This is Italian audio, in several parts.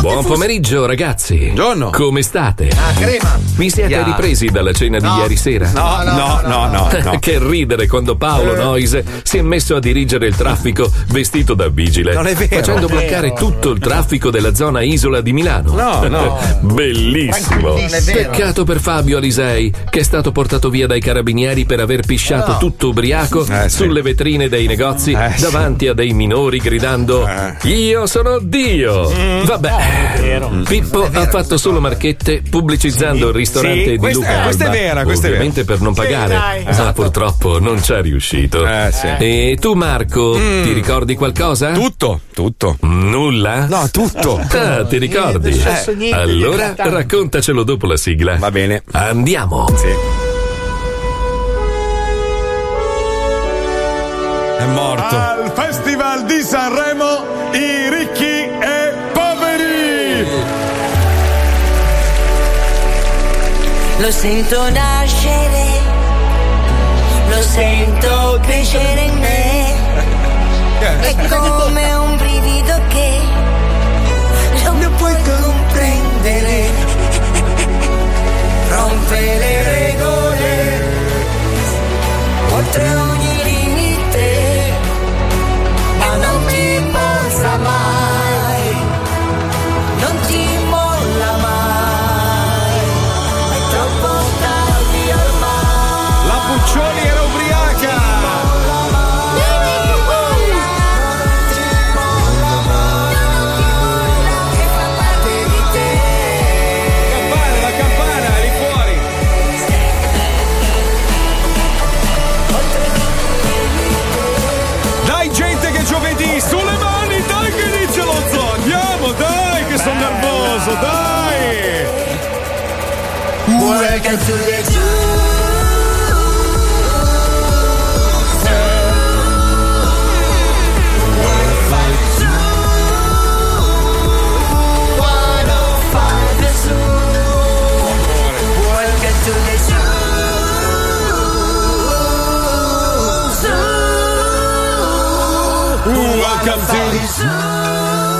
Buon pomeriggio ragazzi. Buongiorno. Come state? Ah, crema. Vi siete Ya. ripresi dalla cena di No. ieri sera? No, no, no, no, no, no. Eh. che ridere quando Paolo Noise si è messo a dirigere il traffico vestito da vigile. Non è vero. Facendo Non è bloccare vero. tutto il traffico della zona isola di Milano. No, no. Bellissimo. Non è vero. Peccato per Fabio Alisei, che è stato portato via dai carabinieri per aver pisciato No. tutto ubriaco Eh, sì. Eh, sulle vetrine dei negozi sì. Eh. davanti a dei minori gridando Io sono Dio. Mm. Vabbè. Pippo ha fatto solo marchette pubblicizzando il ristorante Sì, di questa- Luca eh, questa è Alba, vera, questa è vera. Esatto. ovviamente per non pagare, dai. ma purtroppo non ci è riuscito. Eh, E tu Marco, Mm. ti ricordi qualcosa? Tutto, tutto. Nulla? No, tutto. Ah, ti ricordi? Niente, è successo Eh, niente di allora eclatante. raccontacelo dopo la sigla. Va bene. Andiamo. Sì. È morto. Al Festival di Sanremo i ricchi e poveri. Lo sento nascere, lo sento crescere in me. È come un brivido che non puoi comprendere. Rompe le regole, oltre ogni limite, ma non ti mossa mai, non ti molla mai. È troppo tardi ormai. La Puccioni era ubriaca. Campana, la campana, lì fuori. Dai gente che giovedì sulle mani, dai che inizia lo zoo. Andiamo, dai che sono nervoso, dai. Welcome to the zoo. Welcome to the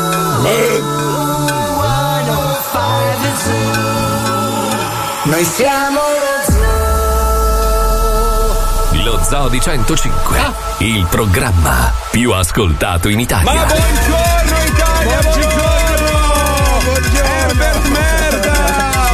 Noi siamo lo Lo Zoo di 105, Ah. il programma più ascoltato in Italia. Ma buongiorno Italia, buongiorno! Herbert Merda!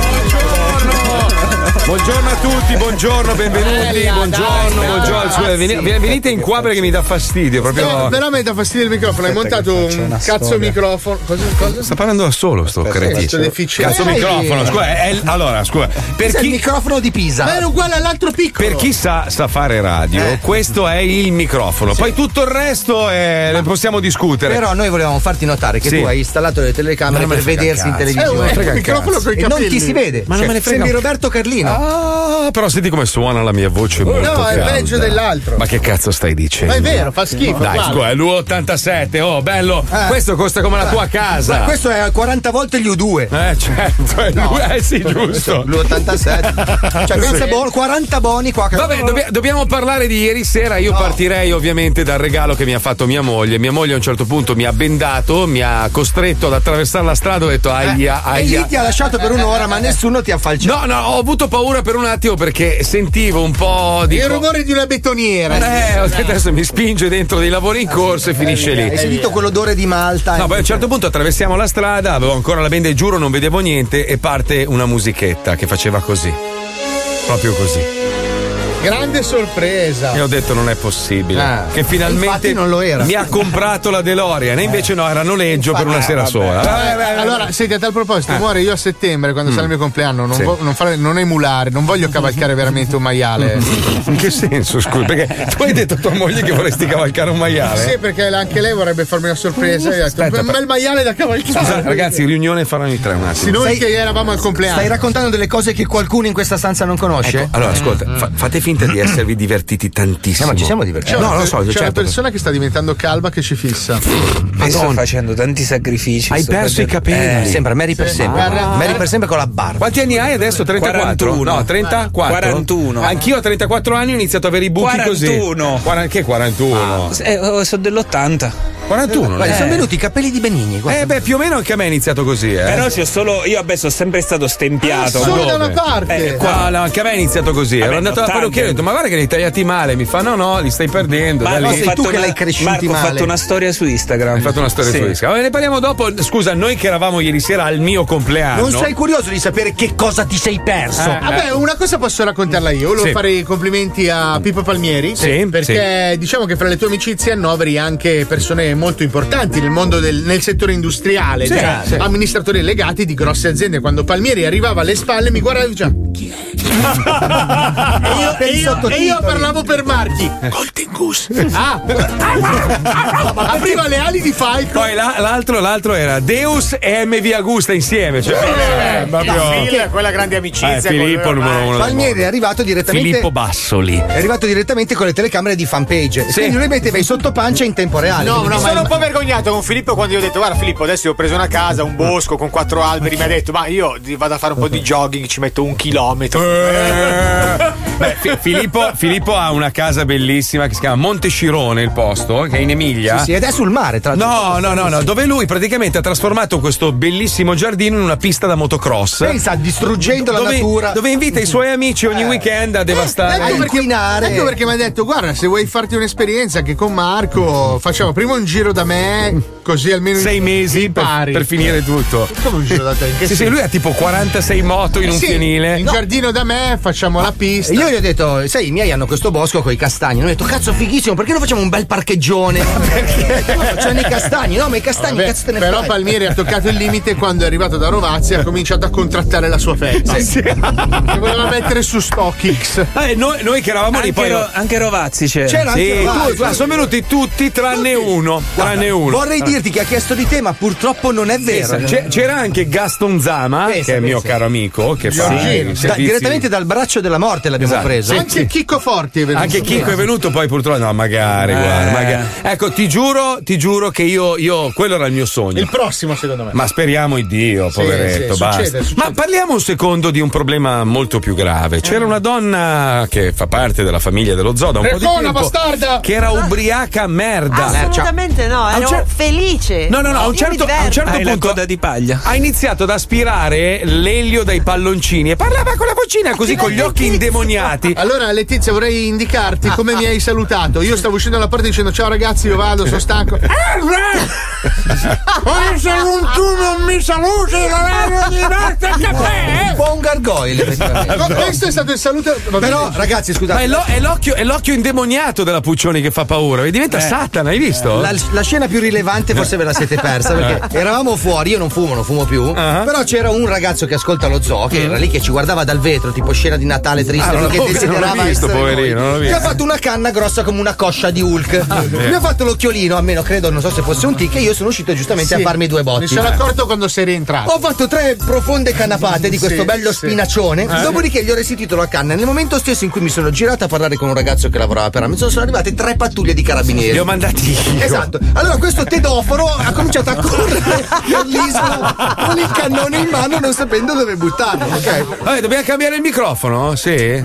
Buongiorno! Buongiorno a tutti, buongiorno, benvenuti, Bella, buongiorno, dai, buongiorno. Scusa, ragazzi. veni- ven- venite in qua perché mi dà fastidio Però, proprio. però mi dà fastidio il microfono. Hai montato un cazzo microfono. Cosa? cosa? Sta parlando da solo sto faccio cretino. deficiente. Cazzo Dai. microfono, scusa, è- è- allora, scusa, per Questo è il chi microfono di Pisa. Ma era uguale all'altro piccolo. per chi sa, sa fare radio, questo è il microfono. Poi tutto il resto è- ne possiamo discutere. Però noi volevamo farti notare che Sì. tu hai installato le telecamere Ma non me ne per frega vedersi in cazzo. È un, televisione. Eh, è frega un il microfono cazzo. coi e non capelli. ti si vede. Ma non Cioè, me ne frega Sembri un- Roberto Carlino. Ah, però senti come suona la mia voce molto No, è calda. peggio dell'altro. Ma Ma, che cazzo stai dicendo? è vero, fa schifo. Dai, guarda. scusa, è l'U87, oh, bello. Questo costa come la tua casa. Eh. Questo è 40 volte gli U2. Eh, certo, è lui, eh sì, giusto. L'87. cioè, pensa Sì. bon- 40 boni qua. Che Vabbè, dobbia- dobbiamo parlare di ieri sera. Io partirei ovviamente dal regalo che mi ha fatto mia moglie. Mia moglie a un certo punto mi ha bendato, mi ha costretto ad attraversare la strada. Ho detto, aia, Eh, e aia. lì ti ha lasciato per un'ora, ma nessuno ti ha falciato. Cioè- No, no, ho avuto paura per un attimo perché sentivo un po' di. Il rumore di una betoniera. Eh, ho detto, adesso mi spinge dentro dei lavori Ah, in corso e eh, finisce lì. Hai sentito quell'odore di Malta? eh? No, poi a un cioè. certo punto attraversiamo la strada, avevo ancora la benda e giuro non vedevo niente e parte una musichetta che faceva così. Proprio così. Grande sorpresa. E ho detto non è possibile. Ah. Che finalmente Infatti non lo era. mi ha comprato la DeLorean. E invece no, era a noleggio per una Ah, sera vabbè. sola. Vabbè, allora, senti, a tal proposito, muore io a settembre quando sarà il mio compleanno. Non, Sì. vo- non fare- non emulare, non voglio cavalcare veramente un maiale. In che senso, scusa? Perché tu hai detto a tua moglie che vorresti cavalcare un maiale? Sì, perché la- anche lei vorrebbe farmi una sorpresa. e ho detto, Aspetta, un bel maiale da Eh, cavalcare. Scusa, ragazzi, riunione faranno in tre un attimo. Sì, noi che eravamo al compleanno. Stai raccontando delle cose che qualcuno in questa stanza non conosce? Ecco, allora, Mm. ascolta, fa- fate finta di esservi divertiti tantissimo. Eh, ma ci siamo divertiti. C'è, No, una, lo so, c'è cioè, una certo. persona che sta diventando calva che ci fissa. sto facendo tanti sacrifici. Hai sto perso i facendo- capelli. Eh, Sembra Mary per sempre. Guarda- Mary per sempre con la barba. Quanti anni hai adesso? 34? 41. No, 34. 41. Anch'io a 34 anni ho iniziato a avere i buchi così. 41. Quar- che 41? eh, oh, sono dell'80. 41? Guarda, eh. sono venuti i capelli di Benigni. guarda. Eh, beh, più o meno anche a me è iniziato così, eh. Ah, Però c'ho solo. Io vabbè sono sempre stato stempiato. Solo dove? da una parte. Eh, Qua, no, anche a me è iniziato così. Ero Vabbè, andato alla 80. parrucchiera e ho detto: Ma guarda che li hai tagliati male. Mi fa: No, no, li stai perdendo. da Marco, lì. ho sei fatto tu che una- l'hai cresciuti Marco, ho male. fatto una storia su Instagram. Hai fatto una storia Sì. su Instagram. Vabbè, Ne parliamo dopo. Scusa, noi che eravamo ieri sera al mio compleanno. Non sei curioso di sapere che cosa ti sei perso? Vabbè, una cosa posso raccontarla io. Volevo Eh, Sì. fare i complimenti a Pippo Palmieri. Sì, Perché diciamo che fra le tue amicizie annoveri anche persone molto importanti nel mondo del nel settore industriale, cioè sì. amministratori legati di grosse aziende. Quando Palmieri arrivava alle spalle mi guardava e diceva: Chi è? e, io, e io- e io parlavo per Marchi. Eh. Coltingus. Ah, apriva le ali di Falco. Poi la- l'altro, l'altro era Deus e MV Augusta insieme. Cioè, eh, proprio. Phil, quella grande amicizia. Eh, con Filippo lui Ah, ormai. numero uno. del Palmieri è mondo. arrivato direttamente. Filippo Bassoli. È arrivato direttamente con le telecamere di fanpage. Sì. Quindi lui metteva i sottopancia in tempo reale. No, no, Mi ma sono un po' vergognato con Filippo quando gli ho detto guarda Filippo adesso io ho preso una casa, un bosco con quattro alberi, mi ha detto ma io di- vado a fare un po' di jogging, ci metto un chilometro. Eh, beh, Fi- Filippo, Filippo ha una casa bellissima che si chiama Montescirone, il posto, che è in Emilia. Sì, sì, ed è sul mare, tra l'altro. No, no, no, no, dove lui praticamente ha trasformato questo bellissimo giardino in una pista da motocross. Pensa, distruggendo la dove, natura. Eh. dove Eh, invita i suoi amici ogni weekend a devastare. a inquinare. Ecco perché mi ha detto: Guarda, se vuoi farti un'esperienza anche con Marco, facciamo prima un giro da me, così almeno Sei mesi per, impari. per finire tutto. Come un giro da te? In che Sì, sì, senso? lui ha tipo 46 moto in un Sì, pianile. In giardino da me, facciamo la pista. E Ah, Io gli ho detto, sai, i miei hanno questo bosco con i castagni. Hanno detto, cazzo, fighissimo, perché non facciamo un bel parcheggione? perché? No, facciamo i castagni, no, ma i castagni, Vabbè, cazzo te ne però fai? Palmieri ha toccato il limite quando è arrivato da Rovazzi e ha cominciato a contrattare la sua festa. Che voleva mettere su StockX. Ah, e noi, noi che eravamo lì Anche, poi. Ro- anche Rovazzi c'è. C'era Sì, anche tu- Rovazzi. guarda, sono venuti tutti tranne uno. Tranne uno. Vorrei dirti che ha chiesto di te, ma purtroppo non è vero. Pensa, Ah. c'è- C'era anche Gaston Zama, Pensa, che è mio pensa. caro amico, che fa Giorgino. i Da- servizi- direttamente dal braccio della morte l'abbiamo Esatto, preso. sì. Anche Chicco Forti è venuto. Anche Chico è venuto poi purtroppo. No, magari, Eh. guarda, magari. Ecco, ti giuro, ti giuro che io, io- quello era il mio sogno. Il prossimo, secondo me. Ma speriamo in Dio, poveretto, sì, basta. succede, succede. Ma parliamo un secondo di un problema molto più grave. C'era Eh. una donna che fa parte della famiglia dello zoo da un po' di Recona, tempo bastarda! che era ubriaca a merda. Ah, Cioè, Assolutamente no, un ero cer- felice. No, no, no, a un Io mi certo, a un diverto. certo Hai la punto coda di paglia. ha iniziato ad aspirare l'elio dai palloncini e parlava con la vocina così con gli occhi indemoniati. Allora, Letizia, vorrei indicarti Ah, come mi hai salutato. Io stavo uscendo dalla porta dicendo: Ciao ragazzi, io vado, sono stanco. eh? Un po' un gargoyle, effettivamente. No, questo è stato il saluto. va bene. Però, ragazzi, Ma è, scusate. lo- è l'occhio, è l'occhio indemoniato della Puccioni che fa paura, e Eh. diventa Satana, hai visto? La, la scena più rilevante forse ve la siete persa Eh. perché eravamo fuori, io non fumo, non fumo più, Ah. però c'era un ragazzo che ascolta lo zoo che era lì che ci guardava dal vetro, tipo scena di Natale triste, Mm. Ah, non perché l'ho- non l'ho desiderava visto, essere poverino, noi. non l'ho Mi visto. Ah, ha fatto una canna grossa come una coscia di Hulk. Mi ha fatto l'occhiolino, almeno credo, non so se fosse un tic e io sono uscito giustamente a farmi due botti. Mi sono accorto quando sei rientrato. Ho fatto tre profonde canapate di questo Sì, bello sì. Eh. spinaccione. Eh? Dopodiché gli ho restituito la canna. Nel momento stesso in cui mi sono girato a parlare con un ragazzo che lavorava per Amazon, sono arrivate tre pattuglie di carabinieri. Li ho mandati io. Esatto. Allora questo tedoforo ha cominciato a correre all'isola con il cannone in mano non sapendo dove buttarlo, ok? Vabbè, dobbiamo cambiare il microfono? Sì? Eh,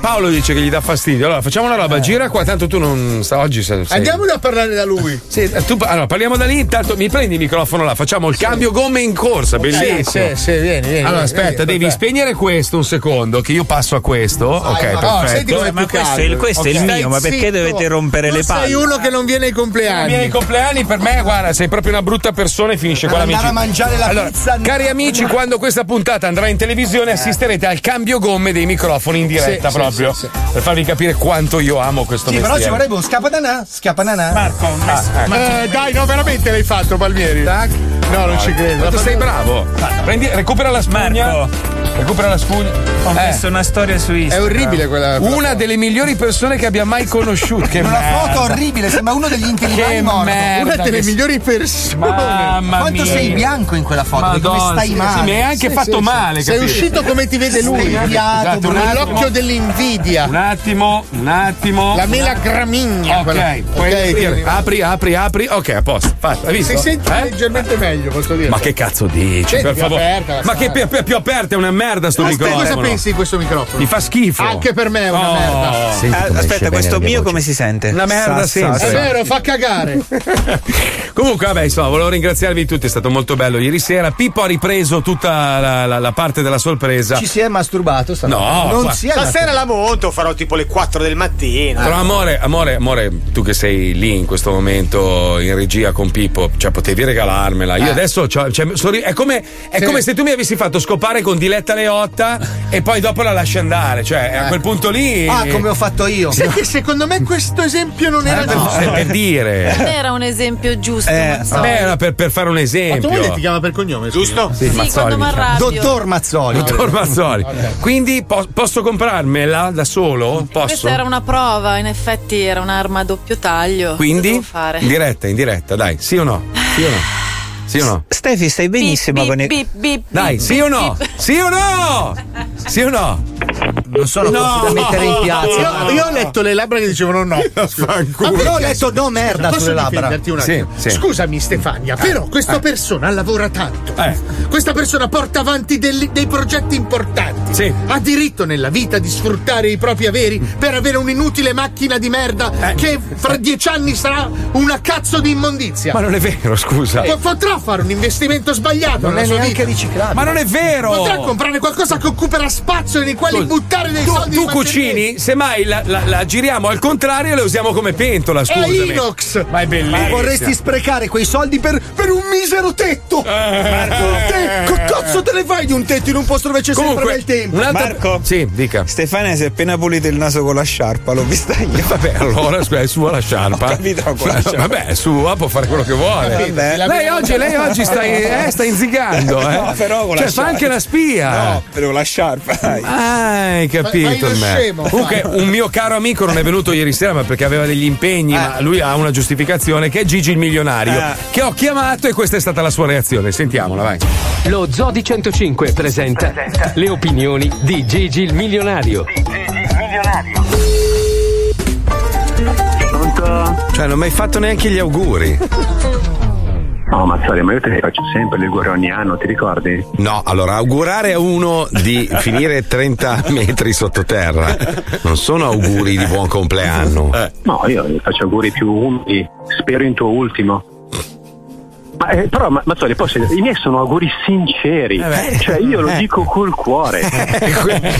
Paolo dice che gli dà fastidio. Allora, facciamo una Eh. roba, gira qua, tanto tu non sta oggi. se- sei- Andiamolo a parlare da lui. Eh, Sì, tu- allora, parliamo da lì, intanto mi prendi il microfono là, facciamo il cambio gomme in corsa, bellissimo. sì, vieni, vieni. Allora, aspetta, devi spegnere questo un secondo, che io passo a questo. ok, no, perfetto. senti com'è Ma più questo è caldo. il- questo è il Eh, Ok. mio, ma perché Zitto. dovete rompere Tu le palle? Sei uno che non viene ai I miei compleanni. compleanni per me te, guarda, sei proprio una brutta cioè, persona e finisce qua Andare amici. a mangiare la allora, pizza, no. Cari amici, quando questa puntata andrà in televisione assisterete al cambio gomme dei microfoni in diretta Sì, sì, proprio sì, per farvi capire quanto io amo questo Sì, però mestiere. ci vorrebbe un scapananà. Scapananà. Marco, Eh, dai, no, veramente l'hai fatto, Palmieri. No, non ci credo. Quanto sei bravo. Prendi, recupera la spugna. Recupera la spugna. Ho Eh. messo una storia su Instagram. orribile quella- quella Una delle migliori persone che abbia mai conosciuto. Che Una merda. foto orribile, sembra uno degli Che intelligenti morti. merda. Una delle che- migliori persone. Mamma Quanto mia. sei bianco in quella foto? Madonna, come stai sì, male? sì, mi hai anche fatto male. Sei capito? uscito come ti vede lui. Stai Esatto, un Con attimo. l'occhio dell'invidia. Un attimo, un attimo. La mela gramigna. Ok, quella. puoi Ok, aprire. tira. apri, apri, apri. Ok, a posto. Fatto. Hai visto? Si sente Eh? leggermente meglio, posso dire. Ma che cazzo dici? Senti, per più favore. aperta la Ma che strada. più, più- più aperta è una merda sto Aspetta, cosa microfono. pensi di questo microfono? Mi fa schifo. Anche per me è una Oh. merda. Eh, aspetta, questo mio come si sente? Una merda senza. È vero, fa cagare. Comunque, vabbè, insomma, volevo ringraziarvi tutti, è stato molto bello ieri sera. Pippo ha ripreso tutta la, la- la parte della sorpresa. Ci si è masturbato stanotte. No, non qua- si è Stasera la monto, farò tipo le 4 del mattino. Ah. Però amore, amore, amore, tu che sei lì in questo momento in regia con Pippo, cioè potevi regalarmela. Eh. Io adesso c'ho- cioè, sono ri- è, come, è come se tu mi avessi fatto scopare con Diletta Leotta e poi dopo la lasci andare. Cioè, a quel punto Eh. lì. Eh. Ah, come ho fatto io. Sai che secondo me questo esempio non era giusto. Eh, per dire. Non era un esempio Eh, giusto. Eh, Mazzoli. Vabbè, era per, per fare un Ma tua moglie esempio. ti chiama per cognome, Giusto? sì, quando mi arrabbio. Dottor Mazzoli. Dottor Mazzoli. Quindi po- posso comprarmela da solo? Posso? Questa era una prova, in effetti era un'arma a doppio taglio. Che Quindi? devo fare? In diretta, in diretta, dai, sì o no? Sì o no? Sì o no? Stefi, stai benissimo Bip, con bip, i- bip, bip, Dai, bip, sì o no? bip. Sì o no? Sì o no? Non sono No. così da mettere in piazza. Io, io ho letto le labbra che dicevano no. Ma però ho letto no merda Posso sulle labbra. difenderti un Sì, attimo? sì. Scusami Stefania, però questa persona lavora tanto. Eh. Questa persona porta avanti degli- dei progetti importanti. Sì. Ha diritto nella vita di sfruttare i propri averi per avere un'inutile macchina di merda Eh. che fra dieci anni sarà una cazzo di immondizia. Ma non è vero, scusa. Eh, Po- Potrà fare un investimento sbagliato Non nella è sua neanche vita. riciclabile. Ma non è Potrà vero! comprare qualcosa che occuperà spazio nei quali Scusa. buttare dei Tu, soldi. tu di cucini, semmai la, la- la giriamo al contrario e la usiamo come pentola, È scusami. Inox! Ma è bellissimo. Ma vorresti sprecare quei soldi per, per un misero tetto? Te, che cazzo te ne fai di un tetto in un posto dove c'è sempre Comunque, bel tempo? un'altra- Marco? Sì, dica. Stefania si è appena pulito il naso con la sciarpa, l'ho vista io. Vabbè, allora scusa, è sua la sciarpa. Ho capito, con la sciarpa. Vabbè, è sua, può fare quello che vuole. Vabbè. Lei oggi, lei oggi sta, eh, sta inzigando, eh. No, però con la cioè, fa sciarpa. anche la spia. No, però la sciarpa, dai. Ah, hai Fai- fai capito lo il me. scemo, fai. Comunque, un mio caro amico non è venuto ieri sera, ma perché aveva degli impegni, ma lui ha una giustificazione che è Gigi il milionario. Eh. Che ho chiamato e questa è stata la sua reazione. Sentiamola, vai. Lo Zodi 105 presenta le opinioni di Gigi il milionario. Cioè, non mi hai fatto neanche gli auguri. No, Mazzoli, Oh, ma io te ne faccio sempre il goroniano, ti ricordi? No, allora augurare a uno di finire 30 metri sottoterra non sono auguri di buon compleanno. No, io gli faccio auguri più umili, spero in tuo ultimo. Ma, eh, però, Ma- Mazzoli, posso dire, i miei sono auguri sinceri, Eh cioè io lo dico col cuore.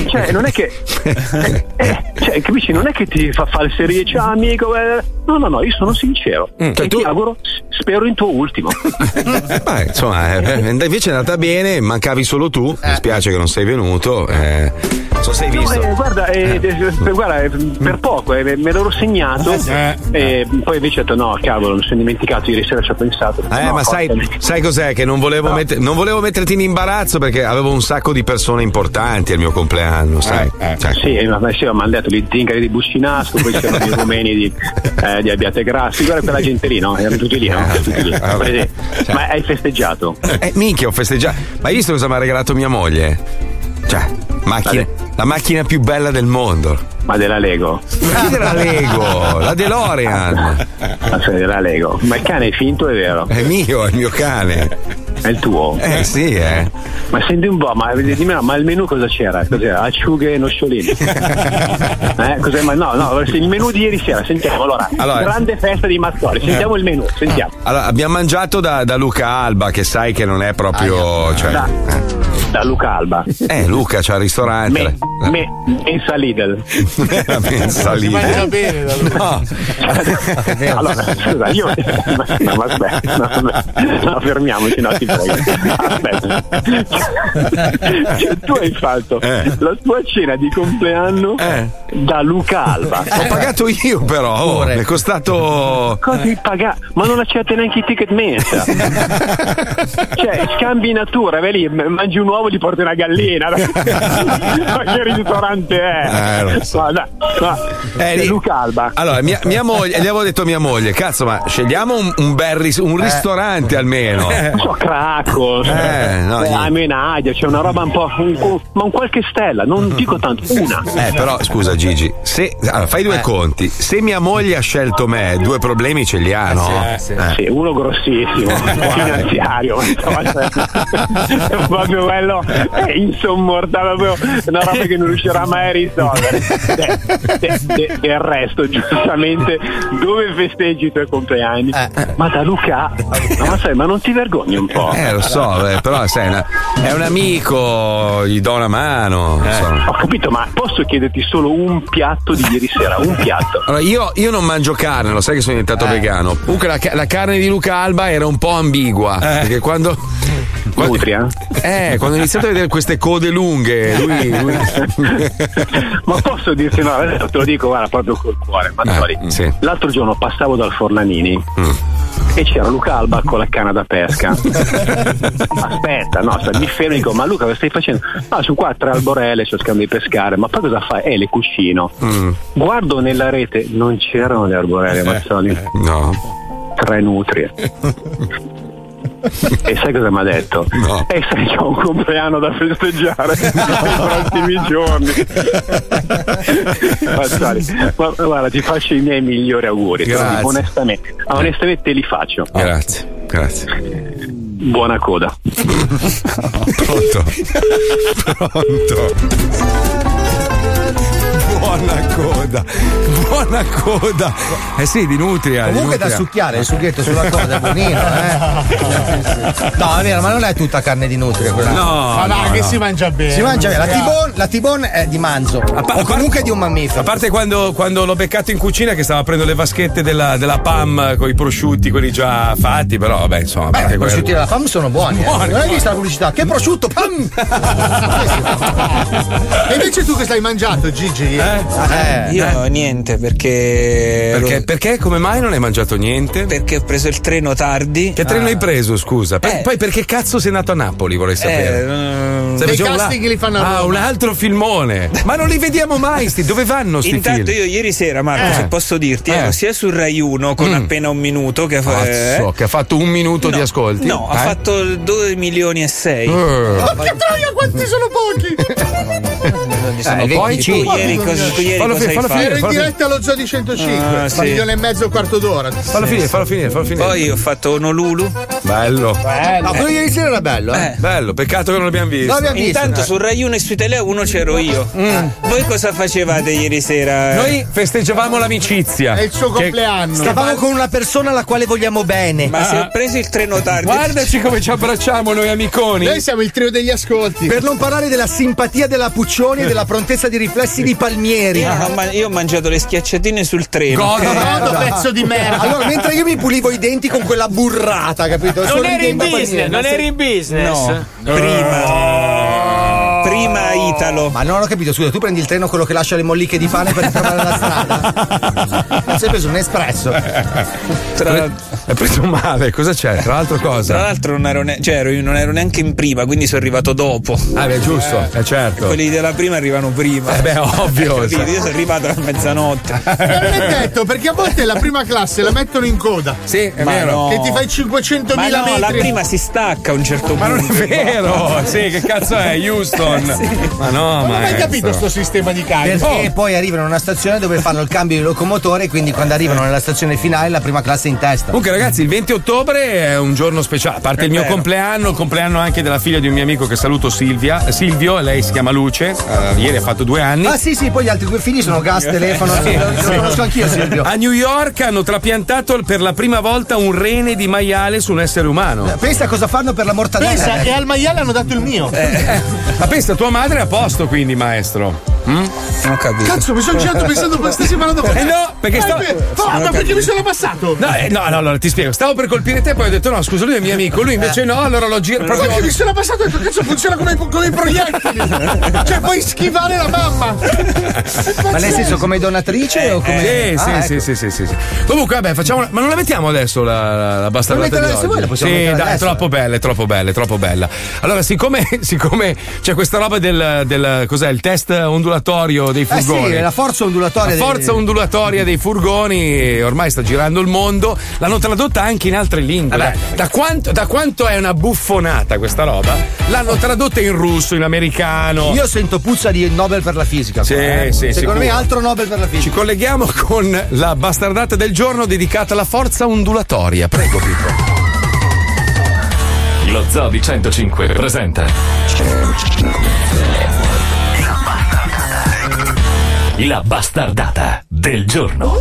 cioè, non è che. eh, eh, cioè, capisci, non è che ti fa falserie, ciao amico. eh. No, no, no, io sono sincero. E Cioè, tu- ti auguro, s- spero in tuo ultimo. Beh, insomma, eh, eh, invece è andata bene, mancavi solo tu. Mi spiace che non sei venuto. eh. Non so se hai No, eh, visto. Mm. guarda, eh, eh, per, guarda, eh, per poco eh, me l'ero segnato Eh. e poi invece ho detto no, cavolo, mi sono dimenticato, ieri sera ci ho pensato. Eh, No, ma sai, porca- sai cos'è? Che non volevo, mette- non volevo metterti in imbarazzo perché avevo un sacco di persone importanti al mio compleanno, sai? Cioè, Sì, eh, ma ma sì, mi hanno detto gli zingari di Buscinasco, poi c'erano i rumeni di, eh, di Abbiate Grassi, guarda quella gente lì, no? Erano tutti lì, no? Tutti lì. vabbè. Cioè. Eh, sì. Ma hai festeggiato? Eh, minchia, ho festeggiato. Ma hai visto cosa mi ha regalato mia moglie? Cioè, macchina- la macchina più bella del mondo. Ma della Lego? Ma chi della Lego? La DeLorean. Ma sei della Lego? Ma il cane è finto, è vero? È mio, è il mio cane. È il tuo? Eh, sì, eh. Ma senti un po', ma, dimmi, ma il menù cosa c'era? Cos'era? Acciughe e noccioline. eh, cos'è? Ma no, no, il menù di ieri sera, sentiamo. Allora, Allora. grande festa di Mazzoli, sentiamo il menù, sentiamo. Allora, abbiamo mangiato da, da Luca Alba, che sai che non è proprio. cioè, Ah, Da, da Luca Alba. eh, Luca c'ha il ristorante. Me, me, mensa Lidl. La mensa Lidl. mangia bene da No. allora, scusa, io. No, ma aspetta, no, aspetta. no, fermiamoci, no, ti prego. Aspetta. Cioè, tu hai fatto Eh. la tua cena di compleanno da Luca Alba. Ho pagato io, però. oh, mi è costato. Cosa hai pagato? Ma non accetta neanche i ticket mensa. cioè, scambi in natura, vai lì, m- mangi un uovo, gli porti una gallina. Ma che ristorante è? Eh, lo so. Ma dai, ma- lì- Luca Alba. Allora, mia, mia moglie, gli avevo detto a mia moglie, cazzo, ma scegliamo un, un bel ris- un Eh. ristorante almeno. Non so, Cracco, Eh, no, niente. Amenadia, c'è una roba un po'. un- un- ma un qualche stella, non dico tanto, una. Eh, però scusa Gigi, se, allora, fai due Eh. conti. Se mia moglie ha scelto me, due problemi ce li ha, no? Eh. Sì, uno grossissimo, finanziario, cioè, proprio quello è insommortabile, proprio una roba che non riuscirà mai a risolvere. Cioè, Beh, de- de- del resto, giustamente, dove festeggi i tuoi compleanni? Ma da Luca, ma sai, ma non ti vergogni un po'? Eh, lo so, eh, però sai, è una- è un amico, gli do una mano. insomma. Eh. Ho capito, ma posso chiederti solo un piatto di ieri sera? Un piatto. Eh. Allora, io, io non mangio carne, lo sai che sono diventato vegano. Comunque la, ca- la carne di Luca Alba era un po' ambigua. Eh. Perché quando. quando- Eh, quando ho iniziato a vedere queste code lunghe, Eh, lui. lui- Ma posso dirti, no, adesso te lo dico, guarda, proprio col cuore, Eh, Mazzoli. L'altro giorno passavo dal Fornanini Mm. e c'era Luca Alba con la canna da pesca. Aspetta, no, sta- mi fermo e dico, ma Luca, cosa stai facendo? Ah, su qua tre alborelle, sto cercando di pescare, ma poi cosa fai? Eh, le cuscino. Mm. Guardo nella rete, non c'erano le arborelle, Mazzoli. Eh, No. Tre nutrie. E sai cosa mi ha detto? E sai c'ho un compleanno da festeggiare nei prossimi giorni. Oh, Mazzoli, ma- guarda, ti faccio i miei migliori auguri. te lo Grazie. Eh. dico Onestamente, Ma onestamente te li faccio. Grazie, grazie. Buona coda. Pronto? Pronto? Buona coda, buona coda. Eh sì, di nutria. di Comunque è da nutria. succhiare il sughetto sulla coda è buonino, eh. No, è vero, ma non è tutta carne di nutria quella. No, Ma no, no, che no. si mangia bene. Si mangia bene. La tibon, la tibon è di manzo. o comunque di un mammifero. A parte quando, quando l'ho beccato in cucina che stava aprendo le vaschette della, della PAM con i prosciutti, quelli già fatti, però vabbè, insomma. a Eh, parte I quello. prosciutti della fam sono buoni, eh. Buoni, Non hai visto la pubblicità? Che prosciutto! Pam! E invece tu che stai mangiato, Gigi? Eh, Io niente perché. Perché, perché? Come mai non hai mangiato niente? Perché ho preso il treno tardi. Che treno Ah. hai preso, scusa? Per- Poi perché cazzo sei nato a Napoli, vorrei sapere. eh, Stai dei facendo un la- casting li fanno a Ah, Roma. un altro filmone. Ma non li vediamo mai, sti. Dove vanno sti Intanto film? io ieri sera, Marco, Eh. se posso dirti, ero sia su Rai 1 con appena un minuto che, fa- eh? Cazzo, che ha fatto un minuto di ascolti. No, Eh? ha fatto 2 milioni e 6. Eh. Che troia, quanti sono pochi! Eh, Eh, sono pochi. Tu ieri cosa- tu ieri Fallo cosa finire, hai fallo fatto? finire, Ero in fallo diretta allo zoo di 105. Ah, sì. Milione e mezzo, quarto d'ora. Sì, sì. Poi ho fatto Onolulu. Bello. Bello. No, quello ieri sera era bello, eh. Bello, peccato che non l'abbiamo visto. Intanto su Rai 1 e su Italia 1 c'ero io. Voi cosa facevate ieri sera? Noi festeggiavamo l'amicizia. Che- Stavamo con una persona alla quale vogliamo bene. Ma se ho preso il treno tardi. Ah. Guardaci come ci abbracciamo noi amiconi. Eh. Noi siamo il trio degli ascolti. Per non parlare della simpatia della Puccioni e della prontezza di riflessi di Palmieri. Io, ho man- io ho mangiato le schiacciatine sul treno. Eh, Godo, già. Allora, mentre io mi pulivo i denti con quella burrata, capito? Non eri in business, non eri in business. No, prima. Prima Italo. Ma non ho capito, scusa, tu prendi il treno quello che lascia le molliche di pane per trovare la strada. Non sei preso un espresso. Hai preso male, eh, cosa c'è? Tra l'altro cosa? Tra l'altro non ero, ne- cioè, ero- io non ero neanche in prima, quindi sono arrivato dopo. Ah, beh, giusto, eh, certo. Quelli della prima arrivano prima. Eh beh, ovvio. Capito? Io sono arrivato a mezzanotte. Non è detto, perché a volte la prima classe la mettono in coda. Sì, è Ma vero. no. Che ti fai 500.000 Ma no, metri. la prima si stacca a un certo punto. Non è vero! Sì, che cazzo Eh. è? Houston! Ma no, ma. hai è capito questo. sto sistema di cambio? Perché boh. poi arrivano in una stazione dove fanno il cambio di locomotore, quindi quando arrivano nella stazione finale la prima classe è in testa. Comunque, ragazzi, il 20 ottobre è un giorno speciale, a parte È il mio vero. compleanno, il compleanno anche della figlia di un mio amico che saluto Silvia, eh, Silvio, lei si chiama Luce, eh, ieri ha fatto due anni. Ah sì sì, poi gli altri due figli sono gas, telefono, Sì, Ah, sì, lo, lo sì. conosco anch'io Silvio. A New York hanno trapiantato per la prima volta un rene di maiale su un essere umano. Pensa cosa fanno per la mortadella. Pensa, e adesso. al maiale hanno dato il mio. Ma pensa, tua madre è a posto quindi, maestro. Mm? Non capito. Cazzo, mi sono girato pensando per stessi parlando Eh no, perché sto. Ah, ma perché mi sono abbassato? No, eh, no, no, allora ti spiego. Stavo per colpire te, poi ho detto no, scusa, lui è mio amico. Lui invece no, allora l'ho girato. Proprio... Proprio... Perché mi sono abbassato e ho detto cazzo funziona come, come i proiettili. cioè puoi schivare la mamma. Ma nel senso come donatrice o come... Sì, sì, Ah, sì, ecco. sì, sì, sì, sì. Comunque, vabbè, facciamo. una- Ma non la mettiamo adesso la, la, la Puoi bastardata metterla di se oggi? vuoi, la possiamo sì, mettere dai, è adesso. troppo bella, è troppo bella, è troppo bella. Allora, siccome, siccome c'è questa roba del, del- cos'è, il test ondulatorio dei Eh furgoni. sì, la forza ondulatoria. La forza dei- ondulatoria dei furgoni eh, ormai sta girando il mondo, l'hanno tradotta anche in altre lingue. Da, da quanto, da quanto è una buffonata questa roba? L'hanno tradotta in russo, in americano. Io sento puzza di Nobel per la fisica. Sì, qua, eh. sì, Secondo me sicuro. altro Nobel per la fisica. Ci colleghiamo con la bastardata del giorno dedicata alla forza ondulatoria. Prego, Pippo. Lo Zobi 105 presenta La bastardata del giorno.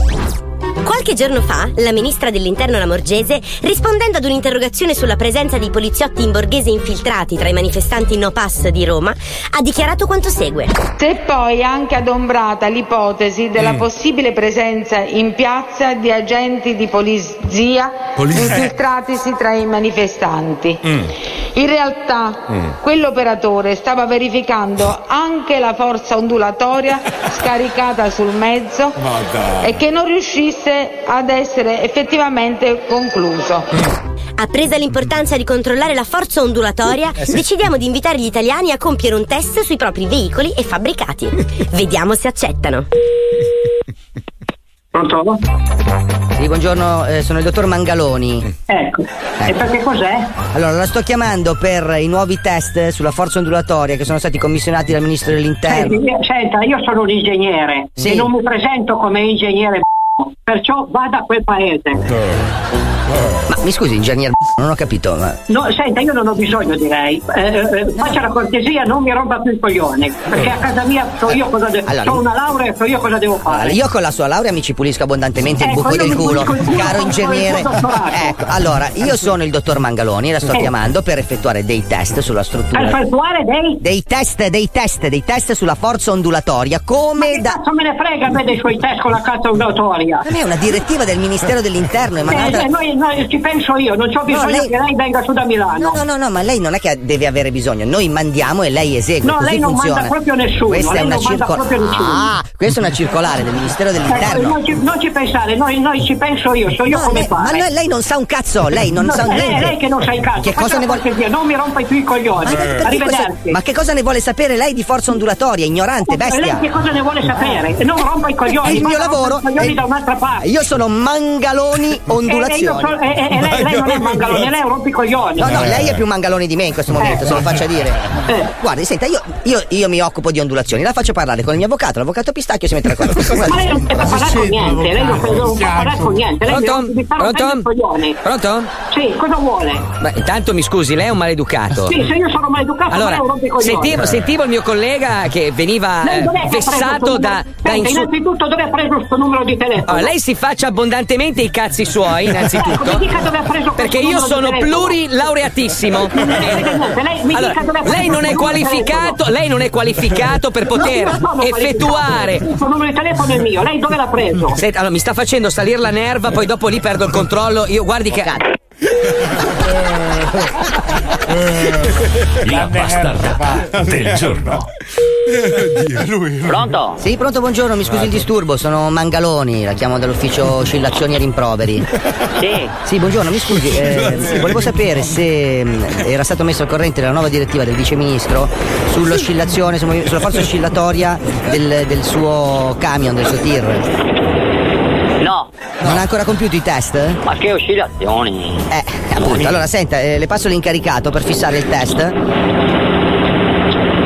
Qualche giorno fa, la ministra dell'interno Lamorgese, rispondendo ad un'interrogazione sulla presenza di poliziotti in borghese infiltrati tra i manifestanti no pass di Roma, ha dichiarato quanto segue. Si è poi anche adombrata l'ipotesi della Mm. possibile presenza in piazza di agenti di polizia Polizia. infiltratisi tra i manifestanti. Mm. In realtà Mm. quell'operatore stava verificando anche la forza ondulatoria scaricata sul mezzo Ma dai. e che non riuscisse ad essere effettivamente concluso. Mm. Appresa l'importanza di controllare la forza ondulatoria, Eh sì. decidiamo di invitare gli italiani a compiere un test sui propri veicoli e fabbricati. Vediamo se accettano. Pronto? Sì, buongiorno, eh, sono il dottor Mangaloni. Eh. Ecco. E perché cos'è? Allora, la sto chiamando per i nuovi test sulla forza ondulatoria che sono stati commissionati dal ministro Senti, dell'interno. io- senta, io sono un ingegnere Certo. Sì. e non mi presento come ingegnere b***o, perciò vada a quel Ecco. paese. Eh, Ma mi scusi, ingegner, non ho capito. Ma... No, senta, io non ho bisogno di lei. Eh, eh, faccia la cortesia, non mi rompa più il coglione. Perché a casa mia so io cosa devo Ecco. Allora- fare. Ho una laurea e so io cosa devo Allora, fare. io con la sua laurea mi ci pulisco abbondantemente il Ecco, buco io del mi culo, pulisco il culo caro con- con il ingegnere. suo dottorato. Ecco, allora, io sono il dottor Mangaloni e la sto Eh. chiamando per effettuare dei test sulla struttura. Per effettuare dei. Dei test, dei test, dei test sulla forza ondulatoria, come da. Non me ne frega a me dei suoi test con la cazzo ondulatoria. Non è una direttiva del Ministero dell'Interno, è emanata. Eh, eh, noi- noi ci penso io, non c'ho bisogno lei- che lei venga su da Milano. No, no, no, no, ma lei non è che deve avere bisogno, noi mandiamo e lei esegue. No, così lei non manda funziona. proprio nessuno, Questa lei è una non manda circolare. proprio nessuno. Ah, questa è una circolare del Ministero Ecco, dell'Interno. non, ci, non ci pensare, noi, noi ci penso io, so io No, come lei- fare. ma lei- lei non sa un cazzo, lei non No, sa lei- niente. Lei che non sa il cazzo. Che faccia cosa la ne vuole- cortesia, Non mi rompa più i coglioni. Ma perché cosa- Arrivederci. ma che cosa ne vuole sapere lei di forza ondulatoria, ignorante, bestia? Lei che cosa ne vuole sapere? Eh. Non rompa i coglioni. È il ma mio rompa i lavoro. coglioni è- da un'altra parte. Io sono Mangaloni Ondulazioni. Eh, eh, io so- eh, eh, lei- lei non è Mangaloni, lei è un rompicoglioni. No, no, Eh. lei è più Mangaloni di me in questo momento, Eh. se lo faccia dire. Guardi, senta, io, io- io mi occupo di ondulazioni, la faccio parlare con il mio avvocato, l'avvocato Pistacchio si mette d'accordo. Ma lei non deve parlare con niente, lei non non può parlare con niente, lei Pronto? deve Pronto? i coglioni. Pronto? Sì, cosa vuole? Beh, intanto mi scusi, lei è un maleducato. Sì, se io sono maleducato, Allora, lei è un rompicoglioni. sentivo, sentivo il mio collega che veniva Lei eh, dov'è che ha preso vessato questo da, numero? da Senta, insulti. innanzitutto dove ha preso questo numero di telefono? Allora, lei si faccia abbondantemente i cazzi suoi, Ecco, innanzitutto. mi dica dove ha preso questo Perché io numero di sono telefono. plurilaureatissimo. Non mi frega niente, lei mi dica Allora, dove ha preso lei non è questo numero di qualificato, telefono. lei non è qualificato per No, io poter sono effettuare. qualificato. Questo numero di telefono è mio, lei dove l'ha preso? Senta, allora mi sta facendo salire la nerva, poi dopo lì perdo il controllo. Io guardi che. La bastardata del giorno. Pronto? Sì, pronto, buongiorno, mi scusi il disturbo, sono Mangaloni, la chiamo dall'ufficio oscillazioni e rimproveri. Sì. Sì, buongiorno, mi scusi, eh, volevo sapere se mh, era stato messo al corrente della nuova direttiva del viceministro sull'oscillazione, sul movi- sulla forza oscillatoria del, del suo camion, del suo tir. No, Non ha ancora compiuto i test? ma che oscillazioni? Eh, appunto. Allora, senta, eh, le passo l'incaricato per fissare il test.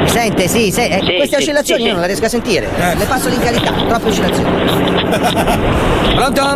Sente, sì, se- eh, Sì, queste sì, oscillazioni sì, io non le riesco a sentire. Le passo l'incaricato, troppe oscillazioni. Pronto?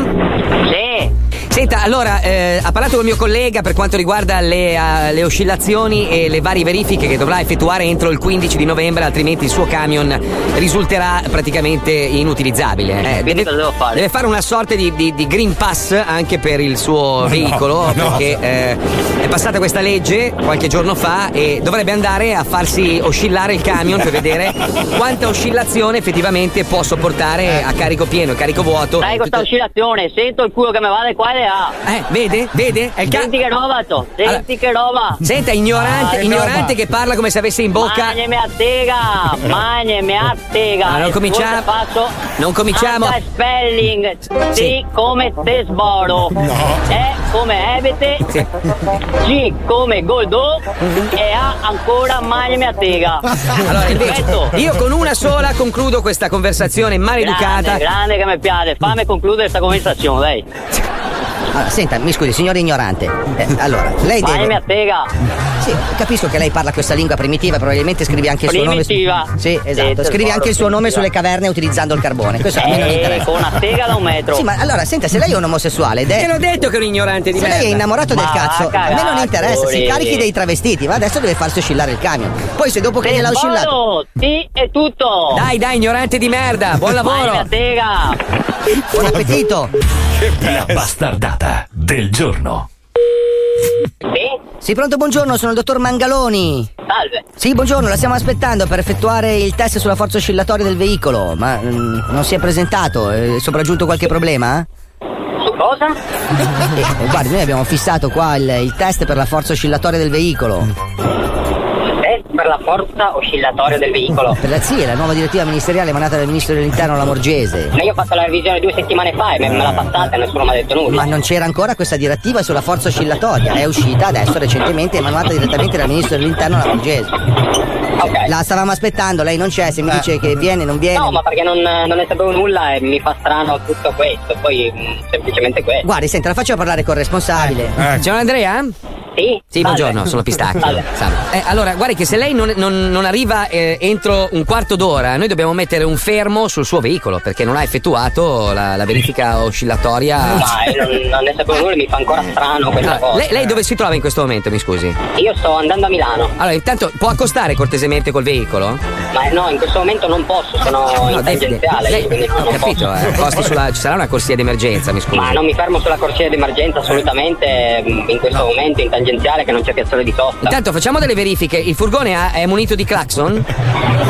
Sì. Senta, allora, eh, ha parlato col mio collega per quanto riguarda le, eh, le oscillazioni e le varie verifiche che dovrà effettuare entro il 15 di novembre, altrimenti il suo camion risulterà praticamente inutilizzabilie. Eh, deve, deve fare una sorta di, di- di green pass anche per il suo no, veicolo, ma no. perché eh, è passata questa legge qualche giorno fa e dovrebbe andare a farsi oscillare il camion per vedere quanta oscillazione effettivamente può sopportare a carico pieno, e carico vuoto. Dai con sta oscillazione, sento il culo che mi va di qua e di là. Eh, vede? Vede? È il ca- Senti che roba, Vatto, senti che roba. Eh, Senta, ignorante, Ah, ignorante che parla come se avesse in bocca. Magneme a tega, magneme a tega. Ma non E cominciamo- forse Faccio non cominciamo. H spelling, T Sì. come tesboro. E come ebete. G come goldò. E A ancora magneme a tega. Mm-hmm. Allora, invece, Perfetto. io con una sola concludo questa conversazione maleducata. Grande, grande che mi piace. Fammi concludere questa conversazione, dai. Allora, senta, mi scusi, signore ignorante. Eh, allora, lei deve. Magneme a tega. Sì, capisco che lei parla questa lingua primitiva, probabilmente scrivi anche il suo Primitiva. nome. Sì, esatto. Sì, Scrivi anche il suo nome sulle caverne utilizzando il carbone. Questo a me non Eh, interessa. con una tega da un metro. Sì, ma allora, senta, se lei è un omosessuale ed è. Te l'ho detto che è un ignorante di Se merda. lei è innamorato del Ma cazzo, a me non cagare, interessa, si fuori. carichi dei travestiti, ma adesso deve farsi oscillare il camion. Poi se dopo che gliel'ha oscillato. Sì, è tutto. Dai, dai, ignorante di merda. Buon Magneme lavoro. a tega. Buon appetito! La bastardata del giorno. Sì, pronto, buongiorno, sono il dottor Mangaloni. Salve. Sì, buongiorno, la stiamo aspettando per effettuare il test sulla forza oscillatoria del veicolo, ma mm, non si è presentato, è sopraggiunto qualche problema? Su cosa? Eh, eh, guardi, noi abbiamo fissato qua il, il test per la forza oscillatoria del veicolo. Eh, per la forza oscillatoria del veicolo. Per la sì, è la nuova direttiva ministeriale emanata dal ministro dell'interno Lamorgese. Ma io ho fatto la revisione due settimane fa e me me l'ha passata e nessuno mi ha detto nulla. Ma non c'era ancora questa direttiva sulla forza oscillatoria, è uscita adesso recentemente, emanata direttamente dal ministro dell'interno Lamorgese. La stavamo aspettando, lei non c'è, se mi dice che viene, non viene. Eh. No, ma perché non, non ne sapevo nulla e mi fa strano tutto questo. Poi mh, semplicemente questo. Guardi, senta, la faccio parlare col responsabile. Signor Andrea? Sì. Sì, buongiorno, sono Pistacchio. Salve. Salve. Eh, allora, guardi che se lei non, non- non arriva eh, entro un quarto d'ora, noi dobbiamo mettere un fermo sul suo veicolo perché non ha effettuato la, la verifica oscillatoria. Ma io non, non ne sapevo nulla e mi fa ancora strano questa Allora, Ah, cosa. Ah, lei, lei dove si trova in questo momento, mi scusi? Io sto andando a Milano, Allora, intanto può accostare cortesemente col veicolo? ma no, in questo momento non posso, sono in dai, tangenziale, lei- quindi non ho capito, posso. eh, accosti sulla- ci sarà una corsia d'emergenza, mi scusi. Ma non mi fermo sulla corsia d'emergenza assolutamente mh, in questo momento in tangenziale che non c'è piazzale di sosta. Intanto facciamo delle verifiche. Il furgone ha- è munito di clacson?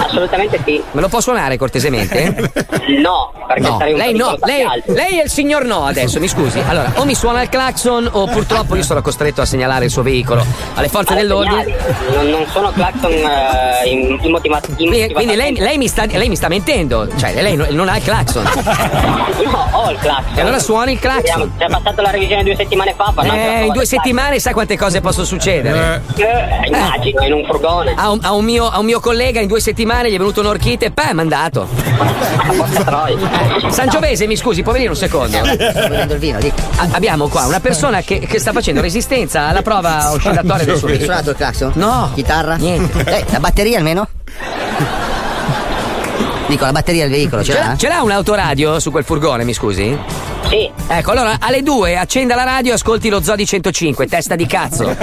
Assolutamente sì. Me lo può suonare cortesemente? No, perché No, sarei un lei pericolo no, per lei, gli altri. lei è il signor no adesso, mi scusi. Allora, o mi suona il clacson o purtroppo io sono costretto a segnalare il suo veicolo alle forze dell'ordine. Non, non sono clacson eh, im- immotiva- Quindi, quindi immotivatamente. lei, lei mi sta, lei mi sta mentendo, cioè lei no- non ha il clacson. No, ho il clacson. E allora suoni il clacson. C'è passato la revisione due settimane fa. parlando Eh, della in prova due del settimane sa quante cose possono succedere. clacson. Eh, immagino, in un furgone. A un, a un mio, a un mio collega in due settimane gli è venuto un'orchite e pam, è mandato. Sangiovese, mi scusi, può venire un secondo? Prendo il vino, dica. A- abbiamo qua una persona che, che sta facendo resistenza alla prova oscillatoria del suo Hai veicolo. suonato il clacson? No. Chitarra? Niente. la batteria almeno? Dico, la batteria del veicolo eh? ce Ce l'ha, l'ha? ce l'ha un autoradio su quel furgone, mi scusi? Sì. Ecco, allora alle due accenda la radio e ascolti lo Zodi 105, testa di cazzo.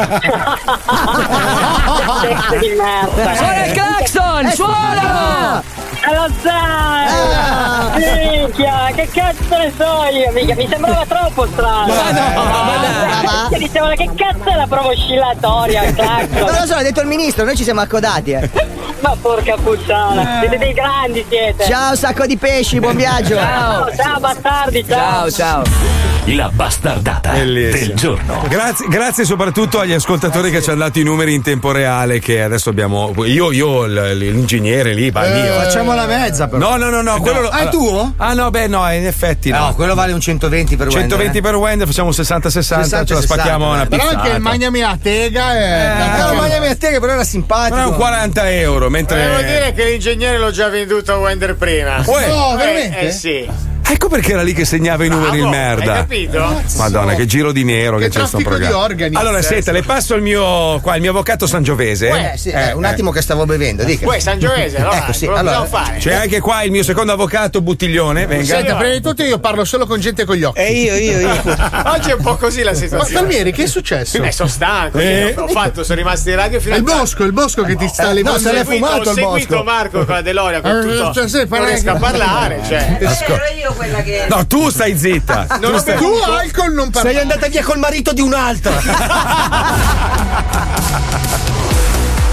Testa di merda. Eh, Suona il clacson, suona! Allora, minchia, che cazzo ne so io, minchia, mi sembrava troppo strano. Ah, Ma no, mi dicevano che cazzo è la prova oscillatoria, Non il clacson? lo so, l'ha detto il ministro, noi ci siamo accodati. eh. Ma porca puttana, siete dei grandi siete. Ciao, sacco di pesci, buon viaggio. Ciao, ciao bastardi, ciao. La bastardata del giorno. Grazie, grazie soprattutto agli ascoltatori che ci hanno dato i numeri in tempo reale. Che adesso abbiamo. Io, io l- l- l'ingegnere lì, va Eh, io. facciamo la la mezza, però. No, no, no, Eh, no. Quello No. lo- Ah, è tuo? Ah, no, beh, no, in effetti. No, quello vale un 120 per 120 per Wender, facciamo un 60-60, ce la spacchiamo a una Però pizza. anche il Magnami a tega è. No, ma mia te che però era simpatico. Però è un 40 euro, mentre. Eh, Oh, Devo dire che l'ingegnere l'ho già venduto a Wender prima. Uè. No, Eh, veramente? Eh, sì. Ah, ecco perché era lì che Ah, segnava i numeri il merda. hai capito? Cazzo. Madonna, che giro di nero che, Che c'è sto traffico di programma. organi. Allora, Sì, senta, le passo il mio, qua, il mio avvocato sangiovese. Uè, sì, eh, un attimo che stavo bevendo, dica. Uè, sangiovese, allora, Ecco, sì, cosa allora. dobbiamo fare? C'è anche qua il mio secondo avvocato Buttiglione, venga. Senta, prima di tutto io parlo solo con gente con gli occhi. E io, io, io. Oggi è un po' così la situazione. Ma Palmieri, che è successo? Eh, sono stanco. io Ho fatto, sono rimasto in radio fino Eh, È a. il boh. bosco, è il bosco che ti sta levando. Ho seguito- ho seguito Marco con la Deloria con Eh, tutto. cioè, sì, non parla- riesco a Eh, parlare, cioè. io quella che. No, tu stai zitta. Non tu ho stai... bevuto. Tu alcol non parli. Sei andata via col marito di un'altra.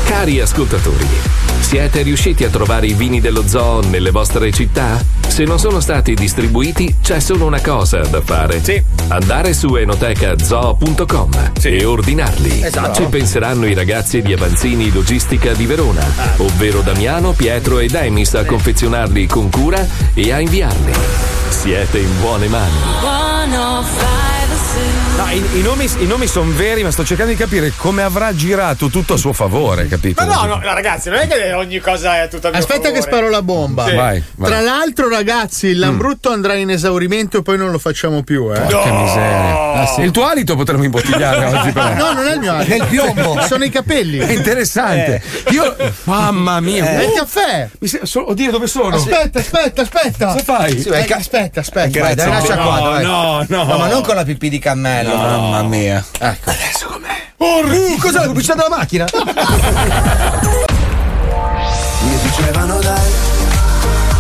Cari ascoltatori, siete riusciti a trovare i vini dello zoo nelle vostre città? Se non sono stati distribuiti, c'è solo una cosa da fare. Andare su enotecazoo.com e ordinarli. Esatto. Ci penseranno i ragazzi di Avanzini Logistica di Verona, ovvero Damiano, Pietro e Demis a confezionarli con cura e a inviarli. Siete in buone mani. No, i, i nomi, sono veri, ma sto cercando di capire come avrà girato tutto a suo favore, capito? Ma Ah, no, no, no, ragazzi, non è che ogni cosa è tutta mia Aspetta che sparo la bomba. Sì. Vai, vai. Mm. Tra l'altro, ragazzi, il Lambrutto andrà in esaurimento e poi non lo facciamo più. Eh. Porca miseria. Il tuo alito potremmo imbottigliare oggi per Ah, No, non è il mio alito. È il piombo. Sono i capelli. Eh. È interessante. Io, mamma mia. È il Uh, caffè. mi se- so- oddio, dove sono? Aspetta, aspetta, aspetta. Cosa fai? Sì, ma è ca- aspetta, aspetta. Aspetta, dai, dai, Aspetta. lascia qua. dai. no, no. ma non con la pipì di Eh, cammello. Mamma mia. Ecco. Adesso com'è? Orri! Cos'è? La pubblicità della macchina? Mi dicevano dai,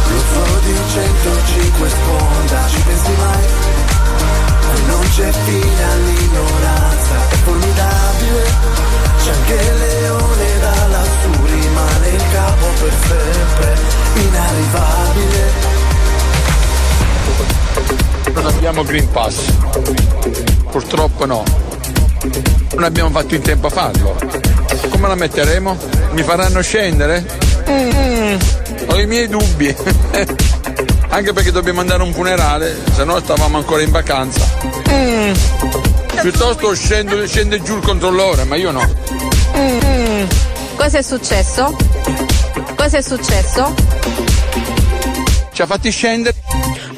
lo zoo di 105 sponda, ci pensi mai? Qui non c'è fine all'ignoranza, è formidabile, c'è anche il leone da lassù, rimane il capo per sempre, inarrivabile. Non abbiamo Green Pass. Purtroppo no. Non abbiamo fatto in tempo a farlo. Come la metteremo? Mi faranno scendere? Mm, ho i miei dubbi. Anche perché dobbiamo andare a un funerale, se no stavamo ancora in vacanza. Mm, Piuttosto scendo- scende giù il controllore, ma io no. Mm, Cosa è successo? Cosa è successo? Ci ha fatti scendere.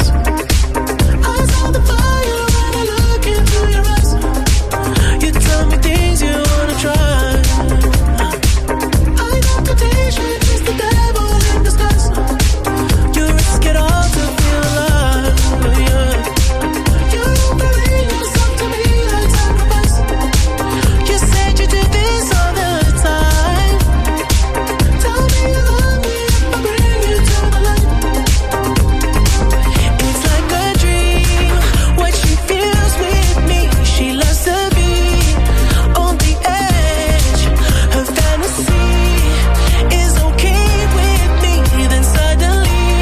I saw the fire when I look into your eyes. You tell me things you wanna try. I know temptation is the devil in disguise. You risk it all to feel alive. Yeah. You believe yourself to be like sacrifice. You said you do this all the time. Tell me you love me if I bring you to the light. It's like a dream. What she feels with me, she loves to be on the edge. Her fantasy is okay with me. Then suddenly,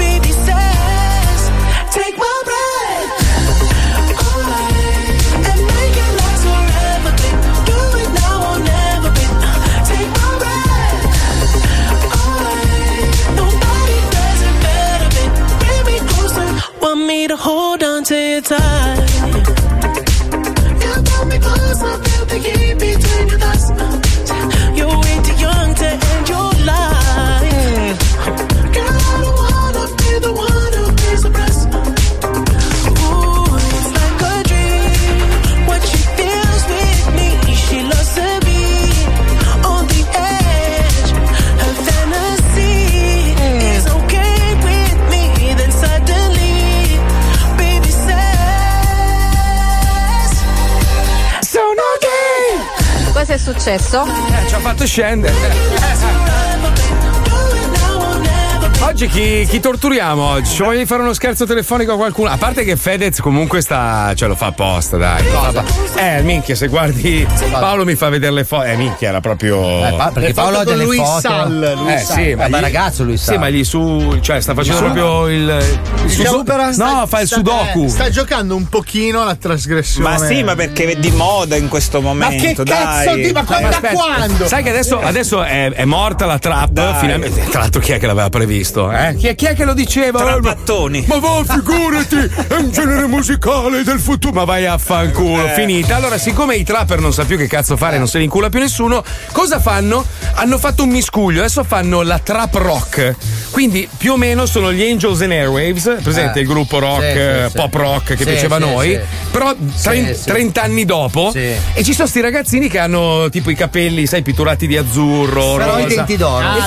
baby says, "Take my breath away and make it last forever, babe. Do it now or never, babe. Take my breath away. Nobody does it better, babe. Bring me closer. Want me to hold on to you tight. You pull me closer, feel the heat between your thighs. You're way too young to end your life. Girl, I don't wanna be the one who pays the price. Ooh, it's like a dream. What she feels with me, she loves to be on the edge. Her fantasy is okay with me. Then suddenly, baby says, "Sono gay." Cosa è successo? Eh, Ci ha fatto scendere. Oggi chi, chi torturiamo oggi? Ci voglio fare uno scherzo telefonico a qualcuno. A parte che Fedez comunque sta. ce lo fa apposta, dai. Lo fa apposta. Eh, minchia, se guardi. Paolo mi fa vedere le foto. Eh, minchia, era proprio. Eh, pa- perché Le Paolo ha foto con delle Luis foto. eh, Luis Sall. sì, ma Eh, ma gli- ragazzo Luis Sì, Sall. ma gli su. cioè, sta facendo Su- proprio il. il Sta- su- No, sta- fa il sta- sudoku. eh, Sta giocando un pochino alla trasgressione. Ma sì, ma perché è di moda in questo Ma che momento, cazzo dai. di- ma qua- da aspetta, quando? Sai che adesso, adesso è, è morta la trap. Finalmente. Tra l'altro, chi è che l'aveva visto? Eh? Chi, è- chi è che lo diceva? Trapattoni. Ma va, figurati, è un genere musicale del futuro. Ma vai a fanculo, Eh. finita. Allora, siccome i trapper non sa più che cazzo fare, non se li incula più nessuno, cosa fanno? Hanno fatto un miscuglio, adesso fanno la trap rock. Quindi più o meno sono gli Angels and Airwaves, presente Eh. il gruppo rock, Sì, sì, eh, sì. pop rock che Sì, piaceva a sì, noi, sì. però tren- sì. 30 anni dopo e ci sono sti ragazzini che hanno tipo i capelli, sai, pitturati di azzurro, rosa. Ah, Eh,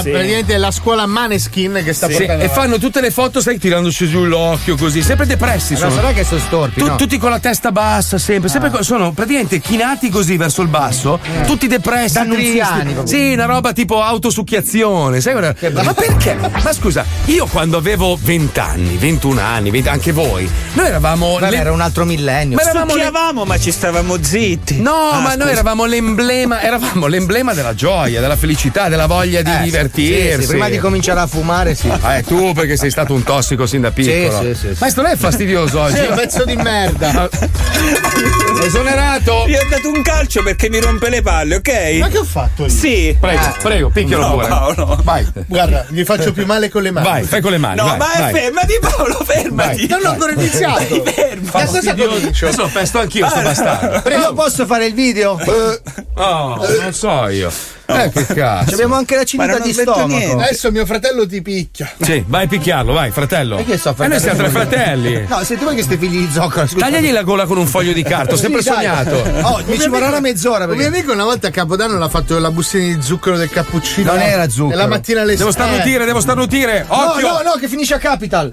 sì. praticamente è la scuola Maneskin che sta Sì, portando e fanno tutte le foto, sai, tirandosi giù l'occhio così, sempre depressi Allora, sono. sarà che sono storpi, Tu- no? Tutti con la testa bassa, sempre, sempre co- sono praticamente chinati così verso il basso, tutti depressi, Da anziani, tristi. proprio. Sì, una roba tipo autosucchiazione, sai? guarda- Ma perché? Ma scusa, io quando avevo 20 anni, 21 anni, 20 anche voi, noi eravamo Vabbè, era un altro millennio. Ma eravamo le- ma ci stavamo zitti. No, Ah, ma scusa. noi eravamo l'emblema, eravamo l'emblema della gioia, della felicità, della voglia di Eh, sì, divertirsi. sì, sì, prima di cominciare a fumare, sì. Ah, è tu perché sei stato un tossico sin da piccolo. Sì, sì, sì, sì. Ma questo non è fastidioso oggi. Sei un pezzo di merda. Eh. Esonerato! Gli ho dato un calcio perché mi rompe le palle, ok? Ma che ho fatto io? Sì. Prego, Ah. prego, picchialo no, pure. Paolo. Vai. Guarda, gli faccio più male con le mani. Vai, fai con le mani. No, vai, ma vai. fermati Paolo, fermati. Non ho ancora iniziato. Fermati. Adesso lo festo anch'io, sto bastardo. Prego, posso fare il video? Eh, Oh, non so io. Eh, che cazzo. abbiamo anche la cinta di stomaco. Adesso mio fratello ti picchia. Sì, vai a picchiarlo, vai, fratello. E che so, E noi siamo tre fratelli. No, se tu vuoi che stai figli di zoccola, scusa. Tagliagli la gola con un foglio di carta, ho Sì, sempre dai. sognato. Oh, mi ci vorrà una mezz'ora. Un mio amico una volta a Capodanno l'ha fatto la bustina di zucchero del cappuccino. Non era zucchero. E la mattina alle Eh. Devo starnutire, devo starnutire. Occhio! Eh! No, no, no, che finisce a Capital.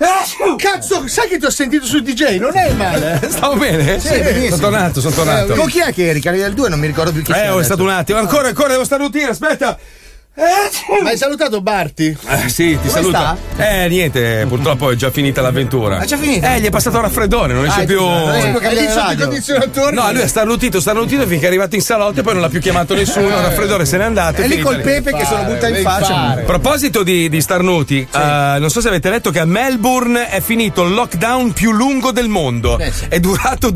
Cazzo, sai che ti ho sentito sul DJ? Non è male. Stavo bene? Sì, Sono benissimo. tornato, sono tornato. Eh, Con chi è che eri? Cari del 2 non mi ricordo più chi Eh, sia oh, è adesso. stato un attimo. Ancora, ancora, devo starnutire, aspetta. Eh. Ma hai salutato Barti? Eh, sì, ti Come saluto. Eh, niente, purtroppo è già finita l'avventura. È già finita? Eh, gli è passato un raffreddore, non esce Ah, più. non riesce più Ecco a cambiare Hai sotto i radio. condizionatori? No, lui è starnutito, starnutito finché è arrivato in salotto e poi non l'ha più chiamato nessuno. Il raffreddore se n'è andato. È lì finita col Pepe che sono butta in devi faccia. A proposito di, di starnuti, eh, non so se avete letto che a Melbourne è finito il lockdown più lungo del mondo. Eh, È durato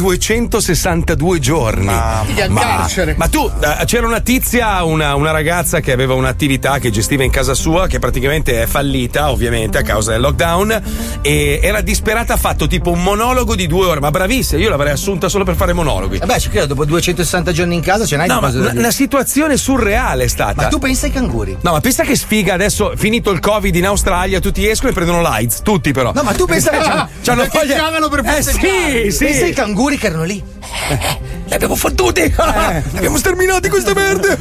262 giorni. Ma, Minchia, carcere. ma tu, eh, c'era una tizia, una, una ragazza che aveva un'attività che gestiva in casa sua, che praticamente è fallita, ovviamente, a causa del lockdown. E era disperata, ha fatto tipo un monologo di due ore. Ma bravissima, io l'avrei assunta solo per fare monologhi. Eh beh, ci credo, dopo 260 giorni in casa ce n'hai No, di ma cose da una, dire. una situazione surreale è stata. Ma tu pensi ai canguri? No, ma pensa che sfiga adesso, finito il Covid in Australia, tutti escono e prendono l'AIDS, tutti però. No, ma tu pensa che c'hanno- c'hanno perché voglia- chiamano per Eh sì, festeggiare. sì. Pensa ai canguri che erano lì. Li abbiamo fottuti! Eh. Li abbiamo sterminati queste merde!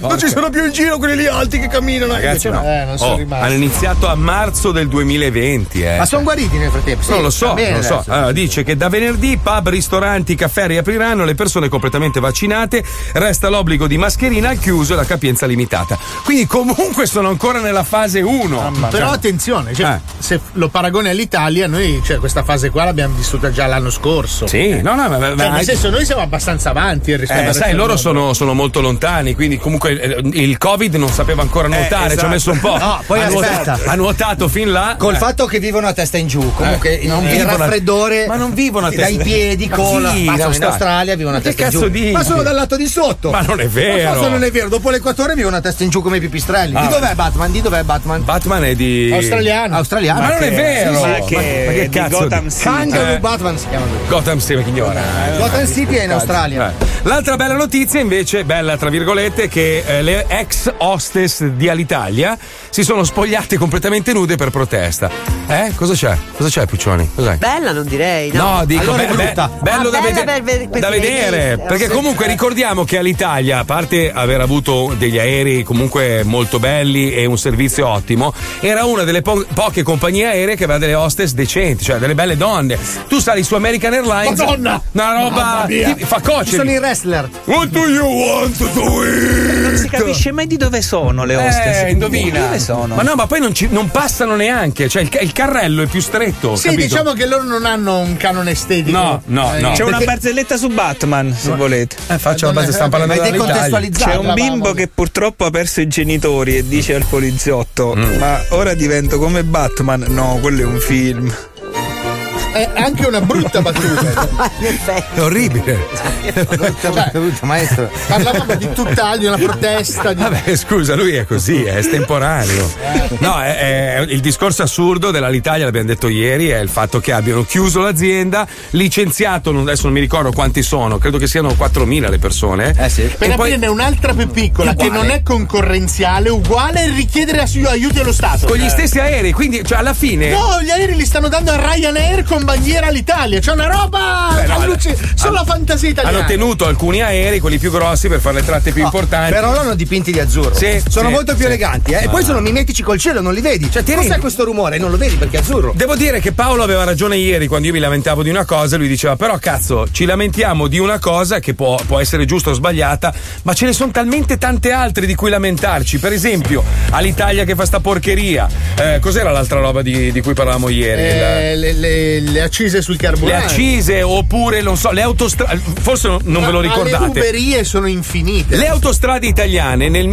non ci sono più in giro quelli lì alti che camminano! Ragazzi, Invece no. Oh, no. Eh, non sono rimasti. Hanno iniziato a marzo del 2020, eh. Ma sono guariti nel frattempo? non Sì, lo va so, bene non lo so. adesso. Allora, dice che da venerdì pub, ristoranti, caffè riapriranno, le persone completamente vaccinate, resta l'obbligo di mascherina al chiuso e la capienza limitata. Quindi comunque sono ancora nella fase Eh. 1. Però attenzione, cioè, se lo paragone all'Italia, noi cioè, questa fase qua l'abbiamo vissuta già l'anno scorso. Sì, no, no, ma- ma- Cioè, ma- nel senso, noi siamo abbastanza avanti rispetto Eh, al ma resto sai, del loro mondo. sono, sono molto lontani, quindi comunque eh, il Covid non sapeva ancora nuotare, ci esatto. ha messo un po'. No, poi ha aspetta. nuotato, ha nuotato fin là. Col Eh. fatto che vivono a testa in giù, comunque Eh, il- non il vivono a- raffreddore ma non vivono a testa dai piedi, cola. Sì, Ma in sono in Australia. Australia vivono a Ma che testa in giù. cazzo dici? Ma solo dal lato di sotto. Ma non è vero. Ma cosa non è vero, dopo l'equatore vivono a testa in giù come i pipistrelli. Ah, di dov'è beh. Batman? Di dov'è Batman? Batman è di. Australiano. Ma, non è vero. Sì, sì. ma che di cazzo? Gotham City. Kangaroo Eh. Batman si chiama lui. Gotham City, che ignora. eh. Gotham City è in Australia. Eh. L'altra bella notizia, invece, bella tra virgolette, è che eh, le ex hostess di Alitalia si sono spogliate completamente nude per protesta. Eh? Cosa c'è? Cosa c'è, Puccioni? Cos'è? Bella non direi, no? No, dico, Allora è be- be- brutta. bello Ah, da, bella vede- per- per- per da vedere. vedere, perché Sì. comunque ricordiamo che all'Italia, a parte aver avuto degli aerei comunque molto belli e un servizio ottimo, era una delle po- poche compagnie aeree che aveva delle hostess decenti, cioè delle belle donne. Tu sali su American Airlines, Madonna! Ah, una roba Mamma mia! ti- fa cocceri. Ci sono i wrestler. What do you want to eat? Non si capisce mai di dove sono le hostess. Eh, indovina. Dove sono? Ma no, ma poi non, ci- non passano neanche, cioè il, ca- il carrello è più stretto. Sì, capito? diciamo che loro non hanno un canone estetico. Eh, No, no, no. C'è una Perché- barzelletta su Batman, se volete. Eh, faccio la base, stiamo parlando della C'è un bimbo che purtroppo ha perso i genitori e dice al Mm. poliziotto: Ma ora divento come Batman. No, quello è un film. è Eh, anche una brutta battuta. È orribile. brutta, maestro. Cioè, Parlavamo di tutt'altro, di una protesta. Di... Vabbè, scusa, lui è così, è estemporaneo. No, è- è- il discorso assurdo dell'Alitalia, l'abbiamo detto ieri, è il fatto che abbiano chiuso l'azienda, licenziato, non- adesso non mi ricordo quanti sono, credo che siano 4.000 le persone. Eh sì. Per aprirne un'altra più piccola che non è concorrenziale, uguale, e richiedere assi- aiuti allo Stato. Eh. Con gli stessi aerei, quindi cioè, alla fine... No, gli aerei li stanno dando a Ryanair con bandiera all'Italia. C'è una roba! Beh, no, alluci- Solo la fantasia italiana. Hanno tenuto alcuni aerei, quelli più grossi, per fare le tratte più importanti. Però l'hanno dipinti di azzurro. Sì, sono sì, molto più sì. eleganti, eh. E poi Ah. sono mimetici col cielo, non li vedi. Cioè, ti cos'è rendi- questo rumore? Non lo vedi perché è azzurro. Devo dire che Paolo aveva ragione ieri quando io mi lamentavo di una cosa, lui diceva però cazzo ci lamentiamo di una cosa che può, può essere giusta o sbagliata, ma ce ne sono talmente tante altre di cui lamentarci, per esempio all'Italia che fa sta porcheria, Eh, cos'era l'altra roba di, di cui parlavamo ieri? La- Eh, le, le- le accise sul le carburante. accise oppure non so, le autostrade, forse non- non ve lo Ma- ma ricordate. Le ruberie sono infinite. Le autostrade italiane nel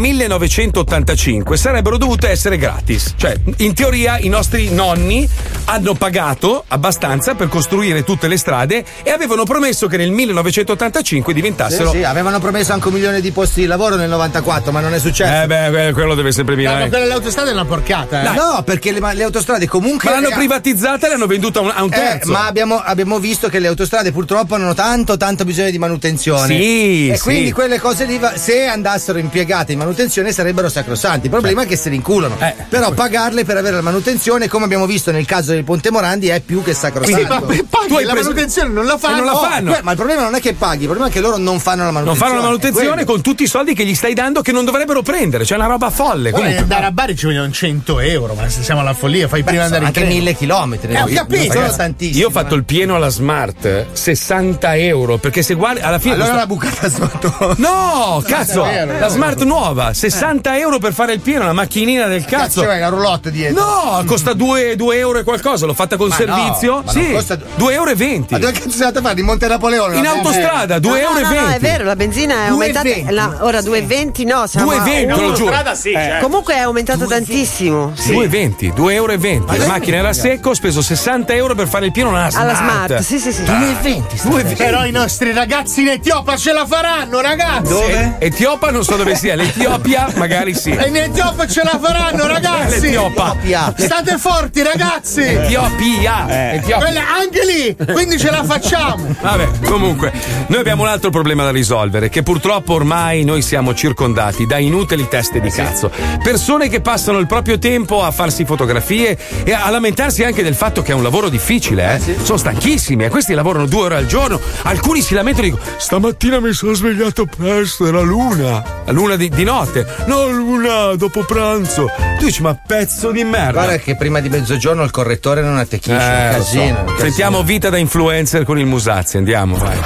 1985 sarebbero dovute essere gratis. Cioè, in teoria i nostri nonni hanno pagato abbastanza per costruire tutte le strade e avevano promesso che nel 1985 Sì, diventassero. sì, ah, avevano promesso anche un milione di posti di lavoro nel 94, ma non è successo. Eh beh, que- quello deve sempre No, mirare. ma Quella dell'autostrada è una porcata. eh. Dai. No, perché le, ma le autostrade comunque. Ma l'hanno ragazzi, privatizzata e l'hanno venduta a un, a un eh, terzo. ma abbiamo, abbiamo visto che le autostrade purtroppo hanno tanto tanto bisogno di manutenzione. Sì, E sì. quindi quelle cose lì, va- se andassero impiegate in manutenzione, sarebbero sacrosanti. Il problema è che se li inculano. Eh. Però pagarle per avere la manutenzione, come abbiamo visto nel caso del Ponte Morandi, è più che sacrosanto. Sì, ma paghi, la manutenzione non la fanno. Oh, Oh, que- ma il problema non è che paghi, il problema è che loro non fanno la Non manutenzione. fanno la manutenzione Quello. con tutti i soldi che gli stai dando che non dovrebbero prendere. C'è una roba Eh, folle. Poi Comunque. andare a Bari ci vogliono 100 euro, ma se siamo alla follia, fai prima sono andare in anche treno. 1000 chilometri, Eh, ho Io- capito. ragazzi, Io ho eh. fatto il pieno alla Smart, eh, 60 euro, perché se guardi alla fine... Allora costa- la bucata sotto. No, Non cazzo! è vero. La smart nuova, 60 euro per fare il pieno, una macchinina del cazzo. Cazzo, c'è una roulotte dietro. No, costa 2, euro e qualcosa, l'ho fatta col Ma no, servizio. ma non sì, costa- 2 euro e 20. Ma dove cazzo sei andato a fare? In Monte Napoleone? In la benzina? autostrada, 2,20 euro e no, no, 20. è vero, la benzina è aumentata. 2,20. la- ora 2,20 no, siamo a 2,20, uno. lo giuro. Eh. Comunque è aumentato tantissimo. Sì. 2,20, 2,20 euro. La macchina era a secco, ho speso 60 euro per fare il pieno alla smart. Alla Smart, sì, sì, sì. Ah. 2,20 2,20. Però i nostri ragazzi in Etiopia ce la faranno, ragazzi! E- Etiopa non so dove sia, l'Etiopia magari sì. E in Etiopia ce la faranno, ragazzi! L'Etiopia. State forti, ragazzi! Eh. Etiopia. Etiopia. Quella- anche lì! Quindi ce la facciamo! Vabbè, comunque, noi abbiamo un altro problema da risolvere, che purtroppo ormai noi siamo circondati da inutili teste Eh di cazzo. Persone che passano il proprio tempo a farsi fotografie e a lamentarsi anche del fatto che è un lavoro difficile, eh. Sono stanchissimi, eh. questi lavorano due ore al giorno. Alcuni si lamentano e dicono: Stamattina mi sono svegliato presto, era luna. La luna di, di notte, no, luna dopo pranzo. Tu dici, ma pezzo di merda. Guarda che prima di mezzogiorno il correttore non attecchisce. Eh, un lo so. casino. un casino. Sentiamo vita da influencer con il Musazzi, andiamo, vai.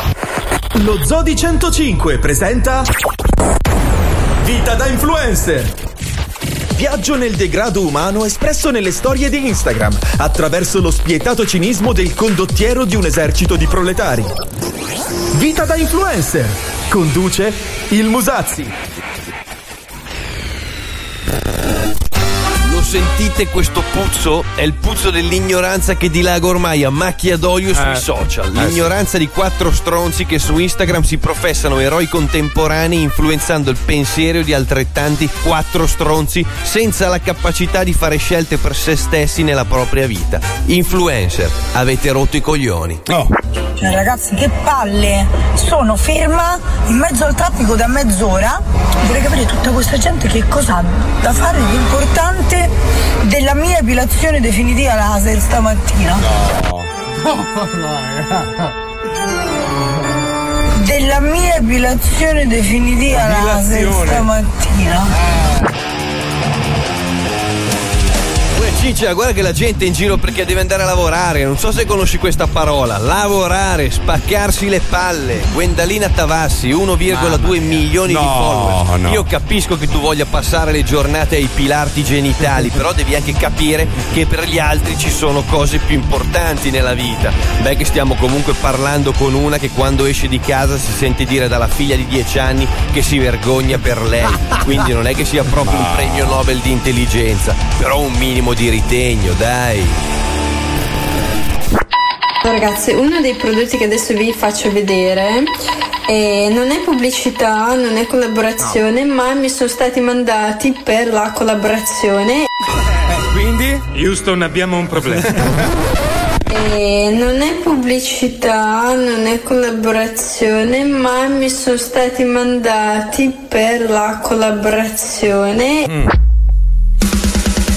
Lo Zodi 105 presenta Vita da influencer. Viaggio nel degrado umano espresso nelle storie di Instagram attraverso lo spietato cinismo del condottiero di un esercito di proletari. Vita da influencer. Conduce il Musazzi. Lo sentite questo puzzo? È il puzzo dell'ignoranza che dilaga ormai a macchia d'olio sui Eh. social. Eh, L'ignoranza di quattro stronzi che su Instagram si professano eroi contemporanei influenzando il pensiero di altrettanti quattro stronzi senza la capacità di fare scelte per se stessi nella propria vita. Influencer, avete rotto i coglioni. Oh. Cioè, ragazzi, che palle! Sono ferma in mezzo al traffico da mezz'ora. Vorrei capire tutta questa gente che cosa ha da fare di importante della mia epilazione definitiva laser Eh. stamattina. Della mia epilazione definitiva laser Epilazione. stamattina. Uè Ciccia, guarda che la gente è in giro perché deve andare a lavorare. Non so se conosci questa parola. Lavorare, spaccarsi le palle. Gwendalina Tavassi, 1,2 milioni di No, follower. no. Io capisco che tu voglia passare le giornate ai pilarti genitali, però devi anche capire che per gli altri ci sono cose più importanti nella vita. Beh che stiamo comunque parlando con una che quando esce di casa si sente dire dalla figlia di 10 anni che si vergogna per lei. Quindi non è che sia proprio un premio Nobel di intelligenza, però un minimo di ritegno, dai. Ragazzi, uno dei prodotti che adesso vi faccio vedere eh, non è pubblicità, non è collaborazione, ma mi sono stati mandati per la collaborazione. Eh, Quindi? Houston, abbiamo un problema. Eh, non è pubblicità, non è collaborazione, ma mi sono stati mandati per la collaborazione.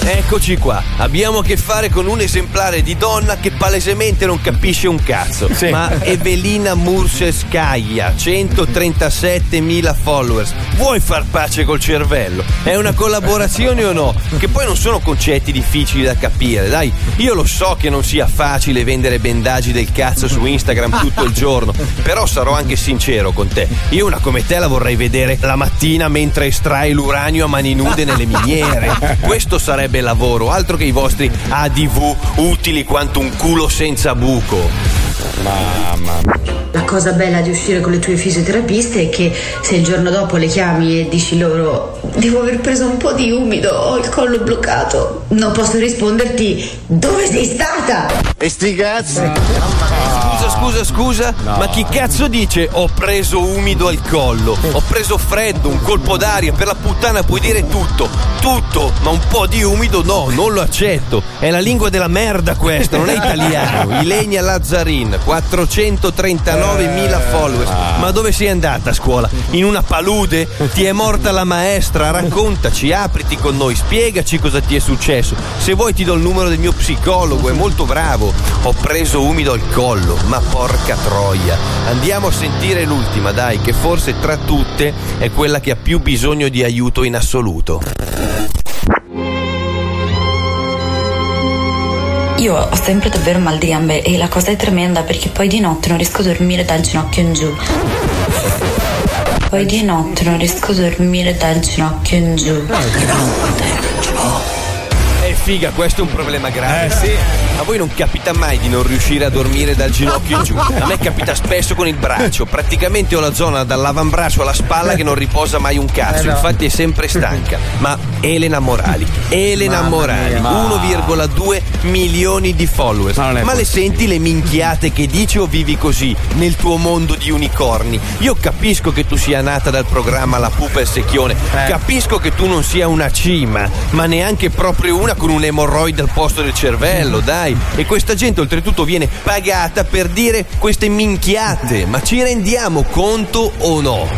Eccoci qua, abbiamo a che fare con un esemplare di donna che palesemente non capisce un cazzo. Ma Evelina Murseskaya, 137.000 followers. Vuoi far pace col cervello? È una collaborazione o no? Che poi non sono concetti difficili da capire, dai. Io lo so che non sia facile vendere bendaggi del cazzo su Instagram tutto il giorno, però sarò anche sincero con te. Io una come te la vorrei vedere la mattina mentre estrai l'uranio a mani nude nelle miniere. Questo sarebbe lavoro, altro che i vostri ADV utili quanto un culo senza buco. Mamma. La cosa bella di uscire con le tue fisioterapiste è che se il giorno dopo le chiami e dici loro devo aver preso un po' di umido, ho il collo bloccato, non posso risponderti dove sei stata? E sti cazzi. Scusa, scusa, scusa, ma chi cazzo dice ho preso umido al collo? Ho preso freddo, un colpo d'aria, per la puttana puoi dire tutto, tutto, ma un po' di umido no, non lo accetto. È la lingua della merda questa, non è italiano. Ilenia Lazzarin, 439.000 followers. Ma dove sei andata a scuola? In una palude? Ti è morta la maestra? Raccontaci, apriti con noi, spiegaci cosa ti è successo. Se vuoi ti do il numero del mio psicologo, è molto bravo. Ho preso umido al collo, ma porca troia. Andiamo a sentire l'ultima, dai, che forse tra tutte è quella che ha più bisogno di aiuto in assoluto. Io ho sempre davvero mal di gambe e la cosa è tremenda perché poi di notte non riesco a dormire dal ginocchio in giù. Poi di notte non riesco a dormire dal ginocchio in giù. Eh figa, questo è un problema Eh, grave. A voi non capita mai di non riuscire a dormire dal ginocchio in giù. A me capita spesso con il braccio. Praticamente ho la zona dall'avambraccio alla spalla che non riposa mai un Eh, cazzo. no. Infatti è sempre stanca. Ma Elena Morali, Elena Mamma Morali, mia. 1,2 milioni di followers. Ma, è le possibile. senti le minchiate che dici o vivi così nel tuo mondo di unicorni? Io capisco che tu sia nata dal programma La Pupa e il Secchione. Eh. Capisco che tu non sia una cima, ma neanche proprio una con un emorroide al posto del cervello, dai. E questa gente oltretutto viene pagata per dire queste minchiate. Ma ci rendiamo conto o no?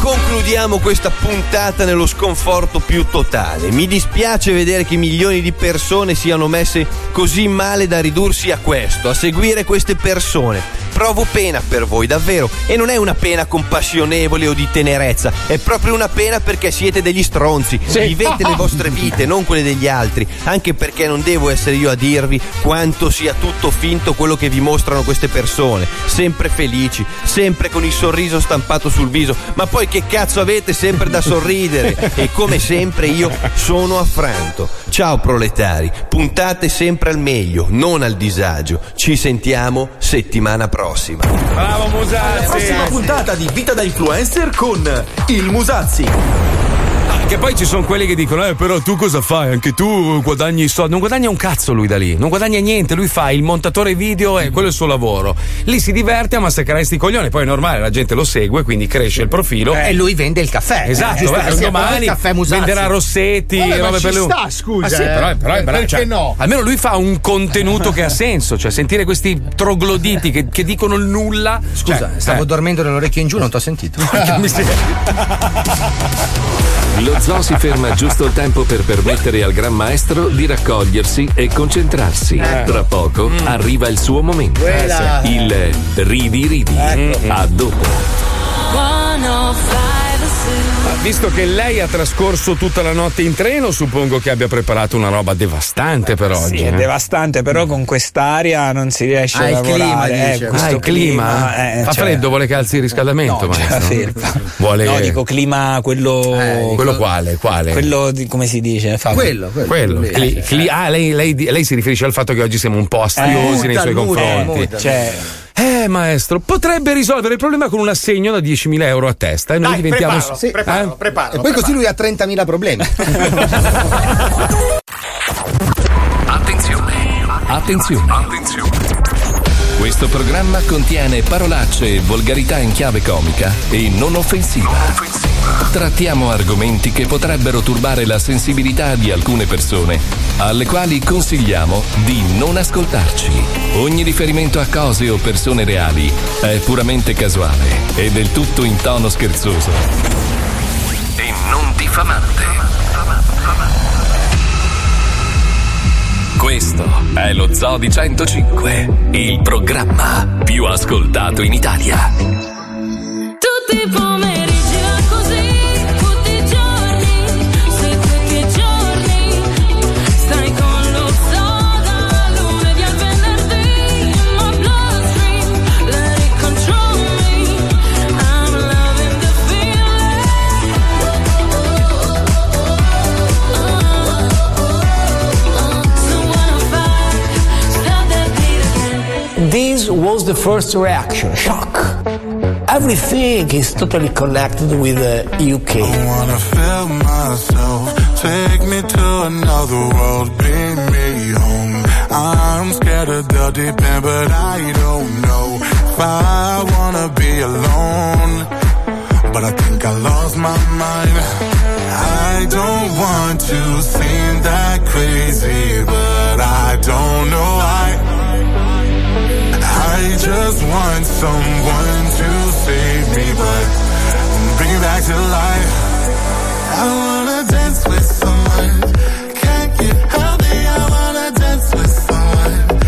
Concludiamo questa puntata nello sconforto più totale. Mi dispiace vedere che milioni di persone siano messe così male da ridursi a questo, a seguire queste persone. Provo pena per voi, davvero, e non è una pena compassionevole o di tenerezza, è proprio una pena perché siete degli stronzi. Vivete le vostre vite, non quelle degli altri, anche perché non devo essere io a dirvi quanto sia tutto finto quello che vi mostrano queste persone, sempre felici, sempre con il sorriso stampato sul viso, ma poi che cazzo avete sempre da sorridere? E come sempre io sono affranto. Ciao proletari, puntate sempre al meglio, non al disagio. Ci sentiamo settimana prossima. Bravo Musazzi! Alla prossima puntata di Vita da Influencer con il Musazzi. Ah, Che poi ci sono quelli che dicono: Eh, però tu cosa fai? Anche tu guadagni i soldi. Non guadagna un cazzo lui da lì, non guadagna niente. Lui fa il montatore video e quello è il suo lavoro. Lì si diverte a massacrare sti coglioni. Poi è normale, la gente lo segue, quindi cresce il profilo. Eh. E lui vende il caffè. Eh. Eh, Eh, Esatto, giusto beh, che sia, domani proprio il caffè Musazzi. venderà Rossetti, Vabbè, ma robe ci per lui. sta, scusa, Ah, sì, eh. però, però è bravo, Perché cioè, no? Almeno lui fa un contenuto che ha senso, cioè sentire questi trogloditi che, che dicono il nulla. Scusa, cioè, stavo eh. dormendo dall'orecchio in giù, non t'ho sentito. Lo zoo si ferma giusto il tempo per permettere al gran maestro di raccogliersi e concentrarsi. Eh. Tra poco arriva il suo momento. Quella. Il Eh, ridi ridi. Eh. eh, A dopo. Ma Visto che lei ha trascorso tutta la notte in treno, suppongo che abbia preparato una roba devastante per oggi. Sì, è eh? devastante, però con quest'aria non si riesce Ah, a lavorare. eh, questo Ah, il clima? eh, Fa cioè- freddo, vuole calzi il riscaldamento, No, c'è maestro? la felpa. Vuole... No, dico clima, quello. quello quale? quale? Quello di- come si dice? Fabio? Quello. Cli- cli- ah, lei, lei- lei si riferisce al fatto che oggi siamo un po' astiosi nei muta, suoi muta, confronti. muta. Cioè- Eh, maestro, potrebbe risolvere il problema con un assegno da 10.000 euro a testa e noi Dai, diventiamo. preparalo, preparalo, Eh? E poi così lui ha 30.000 problemi. Attenzione. Attenzione. Questo programma contiene parolacce e volgarità in chiave comica e non offensiva. Trattiamo argomenti che potrebbero turbare la sensibilità di alcune persone, alle quali consigliamo di non ascoltarci. Ogni riferimento a cose o persone reali è puramente casuale e del tutto in tono scherzoso. E non diffamante. Questo è lo Zoo di 105, il programma più ascoltato in Italia. Tutti i pomeriggi là così, tutti i giorni, sette che giorni, stai con lo zoo da lunedì al venerdì, my bloodstream, let it control me, I'm loving the Uh, uh, This was the first reaction, shock. Everything is totally connected with uh, the UK. wanna feel myself. Take me to another world, bring me home. I'm scared of the deep end, but I don't know if I wanna be alone. But I think I lost my mind. I don't want to seem that crazy, but I don't know why. I just want someone to save me, but bring me back to life. I wanna dance with someone. Can't get healthy, I wanna dance with someone.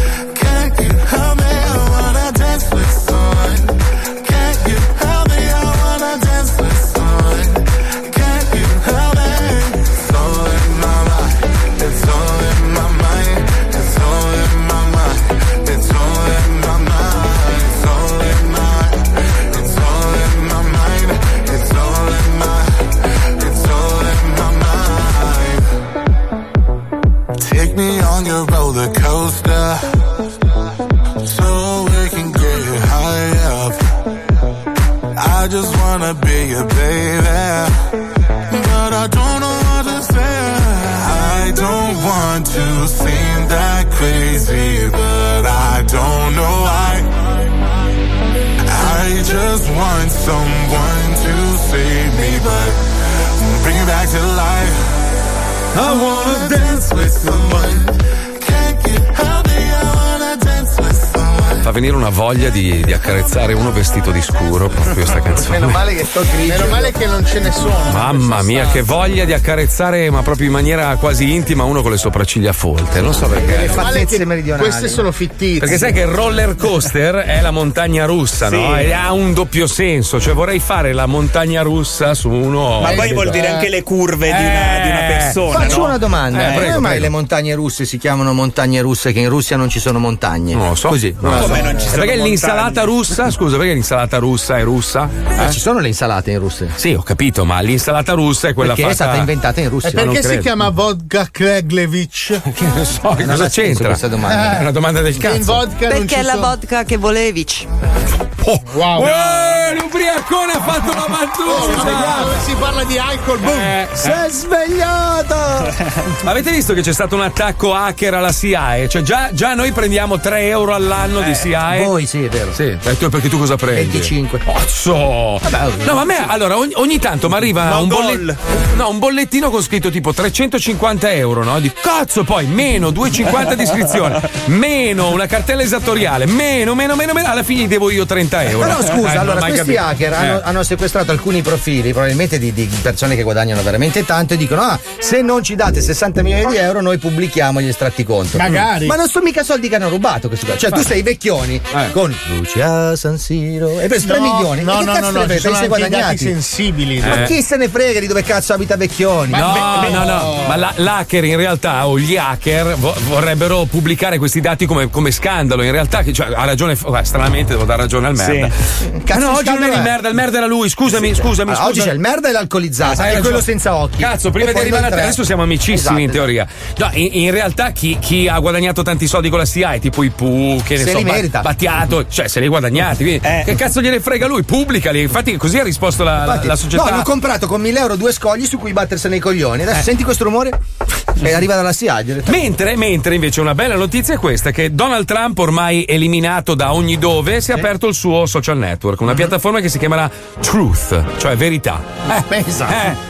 Can't get healthy, I wanna dance with someone. Can't get healthy, I wanna dance with someone. Can't get healthy. It's all in my mind. It's all in my mind. It's all in my mind. It's all in my mind. It's all in my. It's all in my mind. It's all in my. It's all in my mind. Take me on your roller coaster. So we can get high up. I just wanna be your baby. But I don't know what to say. I don't want to seem that crazy, but I don't know why. I just want someone to save me, but bring me back to life. I wanna dance with someone. Can't get healthy, I wanna dance with someone. Fa venire una voglia di, di accarezzare uno vestito di scuro proprio sta canzone. Meno male che sto grigio. Meno male che non ce ne sono. Mamma mia, che voglia di accarezzare, ma proprio in maniera quasi intima, uno con le sopracciglia folte. Non so Meno perché. male che Queste sono fittizie. Perché sai che il roller coaster è la montagna russa, Sì. no? E ha un doppio senso. Cioè, vorrei fare la montagna russa su uno. Ma poi vuol dire anche le curve di una, di una persona. Eh, Faccio no? una domanda: Eh, come prego, mai prego. le montagne russe si chiamano montagne russe? Che in Russia non ci sono montagne. Non lo so. Eh, Così. Non lo so. perché l'insalata russa? Scusa, perché l'insalata russa è russa? Eh, ci sono le insalate in Russia. Sì, ho capito, ma l'insalata russa è quella Perché è fatta- stata inventata in Russia. E perché si credo. chiama vodka Kreglevich? che non so, Non ha cosa senso c'entra? questa domanda. Eh, è una domanda del In cazzo. vodka non Perché ci è la sono- vodka che volevi? Oh, wow. Oh, Eh, l'ubriacone ha fatto la mattusa. si parla di alcol, boom. Eh, Si eh. è svegliato. Ma avete visto che c'è stato un attacco hacker alla SIAE? Cioè, già, già noi prendiamo 3 euro all'anno Eh, di SIAE. Voi sì, è vero. Sì, e tu- perché tu cosa prendi? 25. Cazzo! No, ma a me allora ogni, ogni tanto mi arriva un, bolle- no, un bollettino con scritto tipo 350 euro, no? Di cazzo, poi meno 250 di iscrizione, meno una cartella esattoriale, meno, meno, meno, meno. Alla fine gli devo io 30 euro. Però Eh, scusa, non ho allora mai questi capito. hacker Eh. hanno, hanno sequestrato alcuni profili, probabilmente di, di persone che guadagnano veramente tanto, e dicono: Ah, se non ci date 60 milioni di euro, noi pubblichiamo gli estratti conto. Magari. Ma non sono mica soldi che hanno rubato questi qua. Cioè, tu sei vecchioni Eh. con Lucia San Siro e per 3 No, milioni. no, e che no, cazzo no, te no, ne frega? ci sono anche Te li sei i dati guadagnati. sensibili. Ma Eh. chi se ne frega di dove cazzo abita vecchioni? No, no, Oh. no, ma la- l'hacker in realtà o gli hacker vo- vorrebbero pubblicare questi dati come, come scandalo. In realtà, che- cioè, ha ragione, eh, stranamente devo dare ragione al Sì, merda. Ah, no, oggi scaldo non eri è. merda, il merda era lui. Scusami, scusami, Ah, scusa. Oggi c'è il merda e l'alcolizzato Ah, hai e quello ragione. senza occhi. Cazzo, prima E di poi arrivare noi a te, tre. adesso siamo amicissimi Esatto. in teoria. No, in, in realtà chi, chi ha guadagnato tanti soldi con la SIAE, tipo i Pooh, che ne Se so, li Ba- merita. Eh. Battiato, cioè se li hai guadagnati. quindi, Che cazzo gliene frega lui? Pubblicali. Infatti, così ha risposto la, la- Infatti, la società. No, hanno comprato con 1000 euro due scogli su cui battersene i coglioni. Adesso Eh. senti questo rumore e arriva dalla SIA. Mentre, mentre invece una bella notizia è questa: che Donald Trump, ormai eliminato da ogni dove, si è aperto il suo social network, Mhm. una piattaforma che si chiamerà Truth, cioè verità. Eh,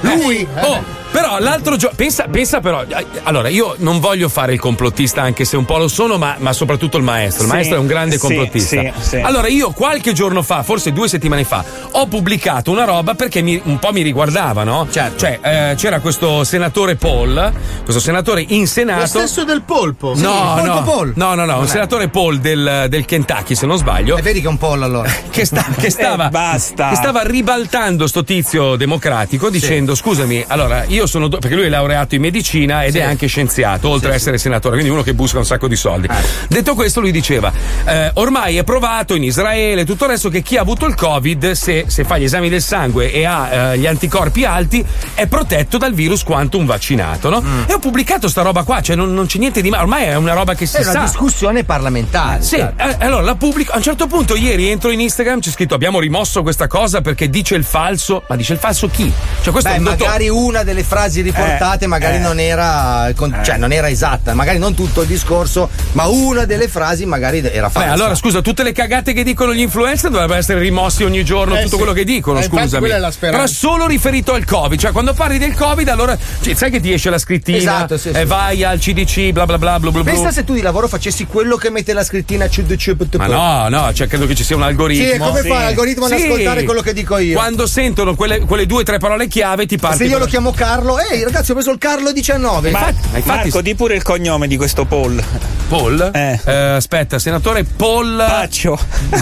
Lui? Oh, però l'altro giorno. Pensa, pensa però. eh, Allora, io non voglio fare il complottista, anche se un po' lo sono, ma, ma soprattutto il maestro. Il Sì, maestro è un grande sì, complottista. sì, sì. Allora, io qualche giorno fa, forse due settimane fa, ho pubblicato una roba perché mi- un po' mi riguardava, no? Cioè, eh, c'era questo senatore Paul, questo senatore in Senato. Lo stesso del polpo. Esatto. No, Sì, il no, polpo Paul. no, no, no, un Vabbè. senatore Paul del, del Kentucky, se non sbaglio. E vedi che è un Paul allora. che, sta- che stava, che stava ribaltando sto tizio democratico dicendo: Scusami, allora io sono. do- perché lui è laureato in medicina ed è anche scienziato, oltre ad essere senatore, quindi uno che busca un sacco di soldi. Eh. Detto questo, lui diceva: eh, Ormai è provato in Israele e tutto il resto che chi ha avuto il Covid, se, se fa gli esami del sangue e ha eh, gli anticorpi alti, è protetto dal virus quanto un vaccinato, no? Mm. E ho pubblicato sta roba qua, cioè non, non c'è niente di male, ormai è una roba che si È sa. una discussione parlamentare. Sì, Cioè, eh, allora la pubblico. A un certo punto, ieri entro in Instagram, c'è scritto: Abbiamo rimosso questa cosa perché dice il falso. Ma dice il falso chi? Cioè, questo Beh, è un dottor- magari una delle frasi riportate Eh, magari eh. non era con- cioè non era esatta, magari non tutto il discorso, ma una delle frasi magari era Beh, falsa. allora scusa, tutte le cagate che dicono gli influencer dovrebbero essere rimossi ogni giorno, Eh, tutto sì. quello che dicono, Eh, infatti scusami. quella è la speranza. Però solo riferito al Covid, cioè quando parli del Covid, allora cioè, sai che ti esce la scrittina Esatto, sì, eh, sì. vai al CDC, bla bla bla bla bla. bla. Pensa se tu di lavoro facessi quello che mette la scrittina CDC. Ma no, no, cioè credo che ci sia un algoritmo. Sì, e come fa l'algoritmo ad ascoltare quello che dico io? Quando sentono quelle, quelle due o tre parole chiave ti parti. Se io con- lo chiamo Carlo, ehi ragazzi, ho preso il Carlo 19. Ma- Marco, di pure il cognome di questo Paul. Paul? Eh, aspetta, senatore Paul. Paccio.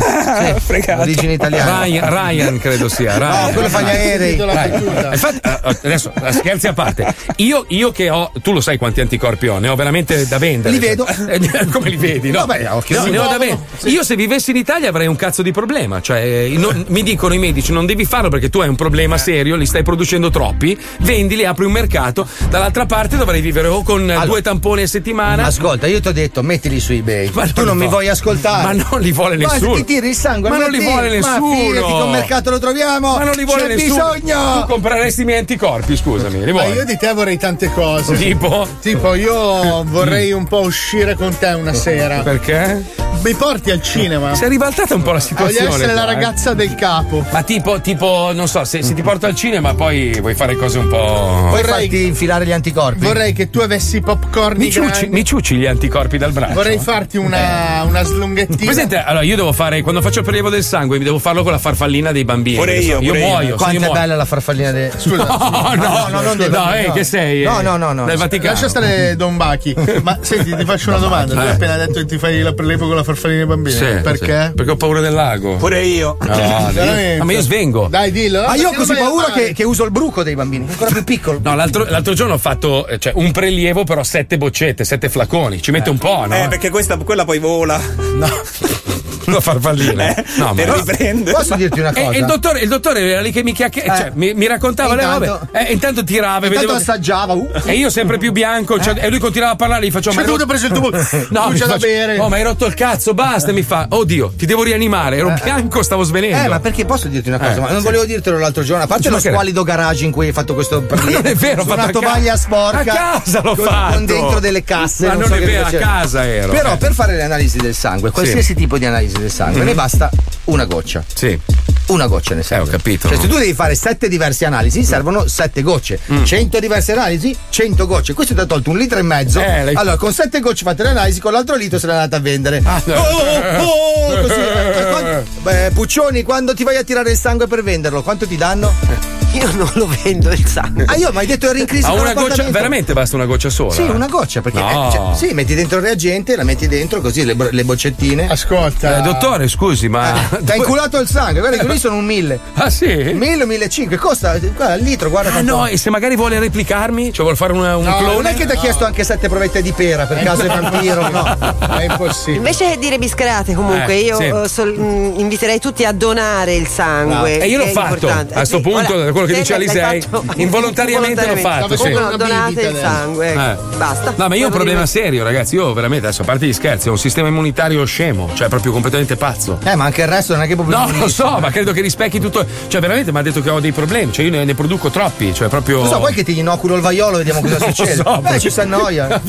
Fregato. Origine italiana. Ryan, Ryan, credo sia. Ryan. No, quello fa gli aerei. Eh, Infatti, eh, eh, adesso eh, scherzi a parte, io, io che ho, tu lo sai quanti anticorpi ho, ne ho veramente da vendere. Li vedo. Eh, Come li vedi? No, Vabbè, a occhio No, nudo. ne ho da vendere. Io se vivessi in Italia avrei un cazzo di problema. Cioè, eh, non- mi dicono i medici: non devi farlo perché tu hai un Eh. problema serio, li stai producendo troppi, vendili, apri un mercato. Dall'altra parte dovrei vivere o con eh, due tamponi a settimana. Ascolta, io ti ho detto, mettili su eBay. Ma tu non li mi vo- vuoi ascoltare. Ma non li vuole Basta, nessuno. ti tiri il sangue. Ma al non li mattino. vuole Ma nessuno. fidati, che un mercato lo troviamo. Ma non li vuole C'è nessuno. bisogno. Tu compreresti i miei anticorpi, scusami. Li Ma vuoi? io di te vorrei tante cose. Tipo? Tipo, io vorrei un po' uscire con te una sera. Perché? Mi porti al cinema. Si è ribaltata un po' la situazione. Voglio essere la qua, eh. ragazza del capo. Ma tipo, tipo, non so, se, se ti porto al cinema poi vuoi fare cose un po'. Vorrei- farti infilare gli anticorpi? Vorrei che tu avessi i popcorn Mi ciucci, grandi. mi ciucci gli anticorpi dal braccio. Vorrei farti una, una slunghettina. Presente, allora io devo fare, quando faccio il prelievo del sangue, mi devo farlo con la farfallina dei bambini. Pure che so, io, pure io. muoio. se Quanto io è muoio. bella la farfallina de- Scusa. No, no, Ah, no, no, no, non no, dei bambini, eh, no. che sei? eh, No, no, no, no. Del Vaticano. Lascia stare Don Bachi. Ma senti, ti faccio una domanda. Tu hai Eh. appena detto che ti fai la prelepo con la farfallina dei bambini. Sì, Perché? sì. Perché ho paura del lago. Pure io. No, Cioè, Veramente. no, ma io svengo. Dai, dillo. Ma io ho Ti così vai a paura fare. che, che uso il bruco dei bambini, ancora più piccolo. No, l'altro, l'altro giorno ho fatto eh, cioè, un prelievo, però sette boccette, sette flaconi. Ci mette un po', no? Eh, perché questa, quella poi vola. Eh, la farfallina. no, per riprendere. Posso dirti una E, cosa? Eh. e Eh, il, dottore, il dottore era lì che mi, chiacchie- cioè, mi, mi raccontava, lei, vabbè, eh, intanto, Intanto- tirava, Intanto vedevo- assaggiava. uh. e Eh. io sempre più bianco, cioè, e lui continuava a parlare, gli faccio Cioè, ma hai tu rotto- ti hai preso il tubo- no, tu mi c'è da faccio, bere. "Oh, ma hai rotto il cazzo, basta, e mi fa, oddio, ti devo rianimare, ero bianco, stavo svenendo. Eh, ma perché posso dirti una cosa? Eh, ma non sì. volevo dirtelo l'altro giorno, a parte Ma lo che- squalido garage in cui hai fatto questo prelievo. non è vero, ho su fatto una a ca- tovaglia sporca. a casa l'ho con, fatto. Con dentro delle casse. Ma non so è che vero, a facevi. casa ero. Però Eh. per fare le analisi del sangue, qualsiasi tipo di analisi del sangue, Mhm. ne basta una goccia. Sì. Eh, Una goccia ne serve. ho capito. Mm. Cioè, se tu devi fare sette diverse analisi, servono sette gocce. 100 diverse analisi, 100 gocce. Questo ti ha tolto un litro e mezzo. Eh, l'hai- Allora, con sette gocce fatte le analisi, con l'altro litro se l'è andata a vendere. Ah, Oh, 예, oh, così. Eh, quando- beh, Puccioni, quando ti vai a tirare il sangue per venderlo, quanto ti danno? Io non lo vendo il sangue. Ah, io mi hai detto eri in crisi A con una goccia, l'appartamento. veramente basta una goccia sola? Sì, una goccia, perché No. eh, cioè, sì, metti dentro il reagente, la metti dentro così le, bro- le Eh. boccettine. Ascolta. Eh, dottore, scusi, ma. T'ha inculato il sangue, guarda che lì sono un mille. Ah sì? 1000, 1500, costa guarda, il litro, guarda Ah, quanto- no, e se magari vuole replicarmi? Cioè, vuole fare una- un No, clone? non è che ti ha chiesto anche sette provette di pera, per caso è vampiro, no. È impossibile. Invece che dire bischerate, comunque, Eh, io sì. eh, sol- mh, inviterei tutti a donare il sangue. Esatto. E io l'ho che è fatto. importante. A sto Eh sì, punto, guarda, quello che te dice l'hai Alisei, fatto- involontariamente l'ho fatto. Sì. Comunque, donate il sangue. ecco. Eh. Basta. No, ma io ho un Devo problema serio, ragazzi. Io veramente adesso, a parte gli scherzi, ho un sistema immunitario scemo, cioè proprio completamente pazzo. Eh, ma anche il resto non è che proprio. No, lo so, ma credo che rispecchi tutto. Cioè, veramente mi ha detto che ho dei problemi. Cioè, io ne, ne produco troppi. Cioè, proprio. Non so, vuoi che ti inoculo il vaiolo e vediamo cosa Non lo succede? so, eh, perché- ci si annoia.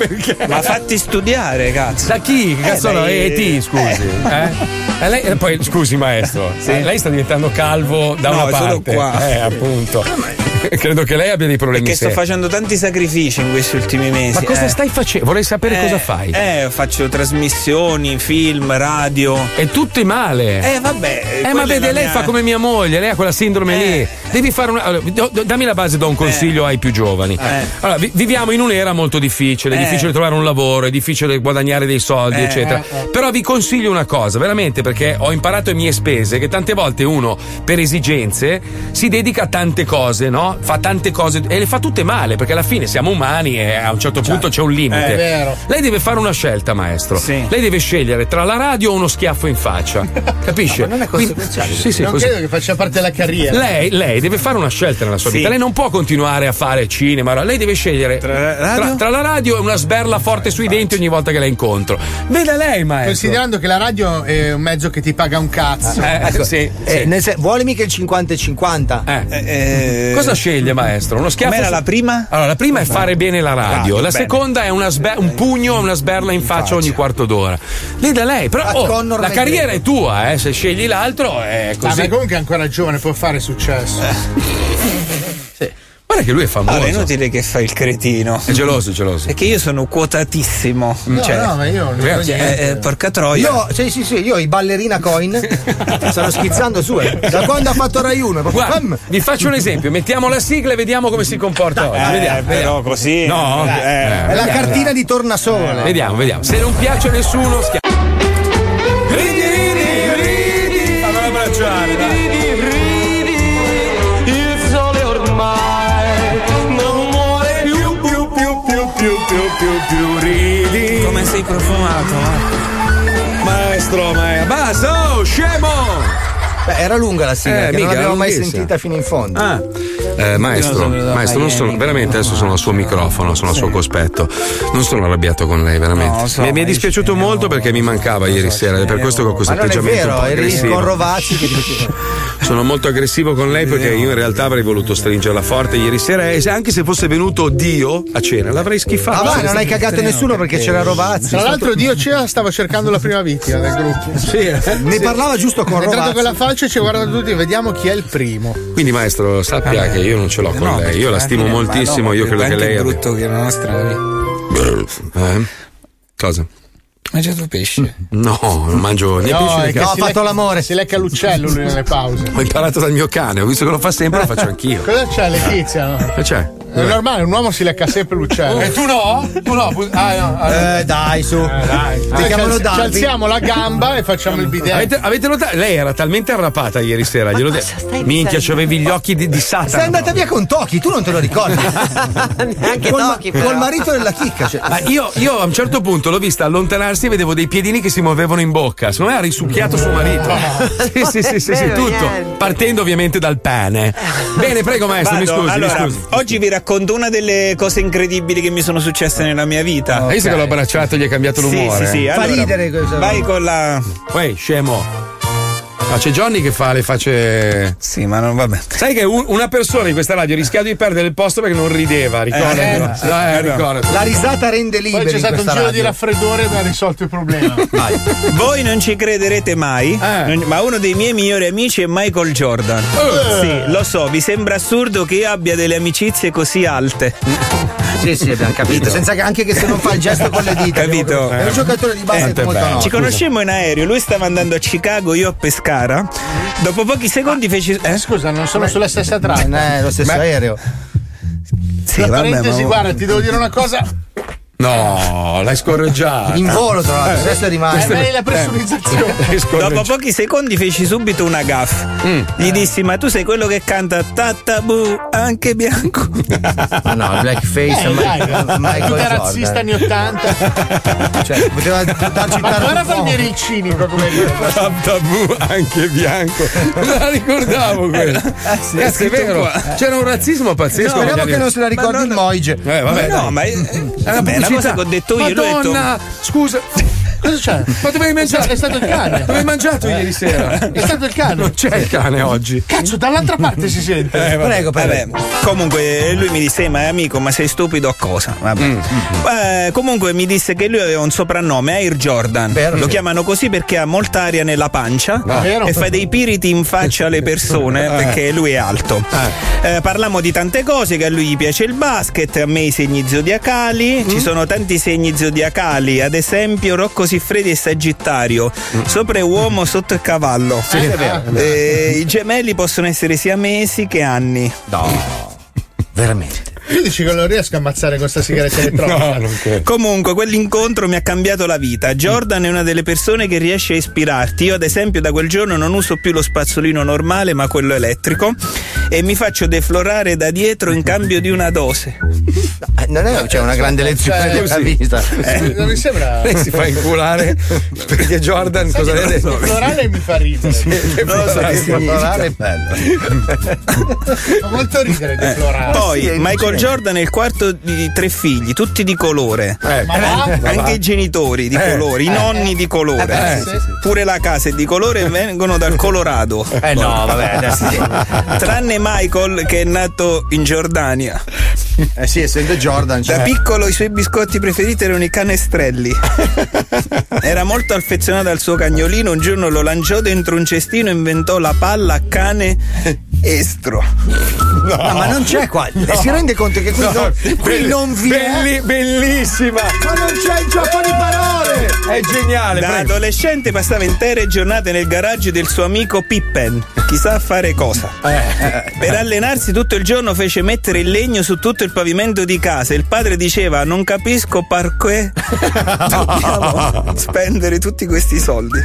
Ma fatti studiare, cazzo. Eh, Da chi? Che cazzo no? E ti, scusi. eh? E lei- e poi, scusi, maestro, eh, lei sta diventando calvo da No, una è parte. solo qua. Eh, appunto. Credo che lei abbia dei problemi Perché sto seri. facendo tanti sacrifici in questi ultimi mesi. Ma cosa eh. stai facendo? Vorrei sapere Eh, cosa fai. Eh, faccio trasmissioni, film, radio. E tutto è male. Eh, vabbè. Eh, ma vede, lei fa come mia moglie, lei ha quella sindrome Eh. lì. Devi fare una. allora, do- do- dammi la base, do un consiglio ai più giovani. Allora, vi- viviamo in un'era molto difficile, è Eh. difficile trovare un lavoro, è difficile guadagnare dei soldi, Eh, eccetera. eh, eh. Però vi consiglio una cosa, veramente, perché ho imparato a mie spese che tante volte uno, per esigenze, si dedica a tante cose, no? Fa tante cose e le fa tutte male, perché alla fine siamo umani e a un certo punto c'è un limite. Eh, è vero. Lei deve fare una scelta, maestro. Lei deve scegliere tra la radio o uno schiaffo in faccia. Capisce? Non è Quindi- conseguenziale. Sì, sì, non così. credo che faccia parte della carriera. Lei, lei deve fare una scelta nella sua eh. Sì. vita. Lei non può continuare a fare cinema. no. Lei deve scegliere tra, tra- tra la radio e una sberla forte sui denti ogni volta che la incontro. Vede lei, maestro. Considerando che la radio è un mezzo che ti paga un cazzo. Ecco, sì, eh, sì. nel sen- vuole mica il 50 e 50? Eh, Cosa sceglie, maestro? Uno schiaffo? Com'era su- la prima? Allora, la prima è fare bene la radio. Radio, la bene. seconda è una sbe- un pugno e una sberla in faccia ogni quarto d'ora. Veda lei, però A Ah, oh, Conor la McGregor. carriera è tua, eh. Se scegli l'altro è Ah, così. Eh. ma comunque è ancora giovane, può fare successo. Guarda che lui è famoso. Allora, è inutile che fa il cretino. È geloso, geloso. Mm, Perché io sono quotatissimo. No, cioè, no, ma io non eh, dico niente. eh, porca troia. Io, sì, sì, sì, io ho i ballerina coin. Stanno schizzando su, eh. Da quando ha fatto Rai 1? proprio- Guarda, Pam! vi faccio un esempio, mettiamo la sigla e vediamo come si comporta oggi. Eh, vediamo, però vediamo. così- No, Eh, eh, È la vediamo. Eh, cartina di tornasole. Vediamo, vediamo. Se non piace a nessuno, schia- Ridi, ridi, ridi. Fammelo abbracciare, dai. Il sole ormai non muore più, più, più, più, più, più, più, più, ridi. Come sei profumato, Maestro, maestro. Basso, oh, scemo! Beh, era lunga la sigla, Eh, che mica, non l'avevo era mai lunghissima. sentita fino in fondo. Eh, maestro, Io non sono- maestro, non sono, veramente adesso sono al suo microfono, sono al suo cospetto. Non sono arrabbiato con lei, veramente. No, so, mi, mi è ma dispiato molto perché mi mancava ieri sera, è per questo che ho questo Ma non è atteggiamento un vero, po' eri aggressivo. con Rovazzi che ti Sono molto aggressivo con lei perché io in realtà avrei voluto stringerla forte ieri sera e se- anche se fosse venuto Dio a cena l'avrei Ah, schifata. ma non hai cagato nessuno perché c'era Rovazzi. Tra l'altro, Dio c'era, stava cercando la prima vittima del gruppo. eh. ne parlava giusto con È entrato Rovazzi. con la falce e ci guardano tutti, vediamo chi è il primo. Quindi maestro sappia Eh, che io non ce l'ho con No, lei, io la perché stimo alla fine- moltissimo, ma no, io credo che tanto lei... è abbia- brutto che la nostra ho Eh? Cosa? mangiato pesce. No, non mangio né pesce né è che carne. si lecca- Si lecca l'uccello lui nelle pause. Ho imparato dal mio cane, ho visto che lo fa sempre, lo faccio anch'io. Eh, cioè, Cosa c'è Letizia? no? E c'è? È normale, un uomo si lecca sempre l'uccello. E tu no? Tu no? ah, Eh, dai, su. dai. Ti Ci chiamano alz- Ci Darwin. alziamo la gamba e facciamo il bidet. Avete, avete notato? Lei era talmente arrapata ieri sera, glielo ho detto. Minchia, c'avevi gli occhi di, di Sei Satana. andata via con Toki, tu non te lo ricordi. Neanche col, Toki, però. col marito della chicca. cioè. Ma io, io a un certo punto l'ho vista allontanarsi e vedevo dei piedini che si muovevano in bocca. Secondo me ha risucchiato suo marito. Sì, Eh. sì, sì, sì, sì, Vero, tutto. niente. Partendo ovviamente dal pane. Bene, prego maestro, mi Vado, scusi, allora, mi scusi. Oggi vi racconto una delle cose incredibili che mi sono successe nella mia vita. Hai visto Ah, che l'ho abbracciato e gli è cambiato Sì, l'umore? sì, sì, Fa allora, ridere questo. vai con la. Uè, scemo. Ma c'è Johnny che fa le facce. Sì, ma non vabbè. Sai che un- una persona in questa radio ha rischiato di perdere il posto perché non rideva, ricordatelo. Eh, No, sì. eh, Eh, no. ricordatelo. La risata rende liberi Poi c'è in stato un questa giro di radio. raffreddore ed ha risolto il problema. Voi non ci crederete mai, Eh. non- ma uno dei miei migliori amici è Michael Jordan. Eh. Sì, lo so, vi sembra assurdo che io abbia delle amicizie così alte. Sì, sì, abbiamo capito. Senza che anche che se non fa il gesto con le dita. Capito? È un giocatore di basket molto noto. Ci conoscemmo in aereo, lui stava andando a Chicago, io a Pescara Dopo pochi secondi feci. Eh, scusa, non sono sulla stessa tratta. Eh, lo stesso Ma- aereo. Sì, Tra parentesi, guarda, ti devo dire una cosa. No, l'hai scorreggiato. In volo, tra Ah, l'altro, adesso è rimasto. Eh, lei la pressurizzazione. Dopo pochi secondi feci subito una gaff. Mm. Eh. Gli dissi: Ma tu sei quello che canta Tattabu anche bianco. no, blackface, Eh, dai, vita razzista anni 80. Cioè, poteva darci Ma tanto guarda po'. Palmieri cinico come tabù anche bianco. Non la ricordavo quella. Eh, Cazzo, sì, è scritto vero. qua. C'era un razzismo pazzesco. No, negli anni- Ma no, no. Eh, vabbè, ma no, dai. ma è, È una vabbè, è una pubblicità. cosa che ho detto io. lui ha detto- Madonna, scusa. Cosa c'è? Ma dove hai mangiato? È stato il cane. Dove hai mangiato ieri sera? È stato il cane. Non c'è il cane oggi. Cazzo, dall'altra parte si sente. Eh, vabbè. Vabbè, Comunque lui mi disse, "Eh, ma amico, ma sei stupido a cosa? Vabbè. Eh, comunque mi disse che lui aveva un soprannome, Air Jordan. Lo chiamano così perché ha molta aria nella pancia Vero. e fa dei piriti in faccia alle persone perché lui è alto. Eh, parliamo di tante cose, che a lui gli piace il basket, a me i segni zodiacali, Mm. ci sono tanti segni zodiacali, ad esempio Rocco Siffredi è Sagittario, sopra è uomo, sotto è cavallo. Mm. è vero. Eh, I gemelli possono essere sia mesi che anni. No. Veramente. Tu dici che non riesco a ammazzare con sta Eh, sigaretta elettronica. Comunque, quell'incontro mi ha cambiato la vita. Jordan è una delle persone che riesce a ispirarti. Io, ad esempio, da quel giorno non uso più lo spazzolino normale, ma quello elettrico. E mi faccio deflorare da dietro in cambio di una dose. eh, Non è c'è una grande lezione cioè, della così. vita. Eh, non mi sembra- Lei si fa inculare perché Jordan cosa le ha detto? Florale mi fa ridere. Non lo so che significa. Fa molto ridere Eh. di florale. Poi Sì, è Michael lucente. Jordan è il quarto di tre figli, tutti di colore. Eh. Ma va? Anche i genitori di Eh. colore, i Eh. nonni di colore. Eh, beh, sì, sì. Pure la casa è di colore e vengono dal Colorado. Eh no, vabbè, adesso sì. Tranne Michael che è nato in Giordania. Eh sì, essendo Jordan. cioè. Da piccolo i suoi biscotti preferiti erano i canestrelli. Era molto affezionato al suo cagnolino, un giorno lo lanciò dentro un cestino e inventò la palla cane estro. No, Ah, ma non c'è qua. Si rende conto che qui, No. non- qui Belli- non vi belli- è. Bellissima! Ma non c'è il gioco di parole! È geniale. Da prego. adolescente passava intere giornate nel garage del suo amico Pippen, chissà a fare cosa. Per allenarsi tutto il giorno fece mettere il legno su tutto il pavimento di casa. Il padre diceva: Non capisco perché dobbiamo spendere tutti questi soldi.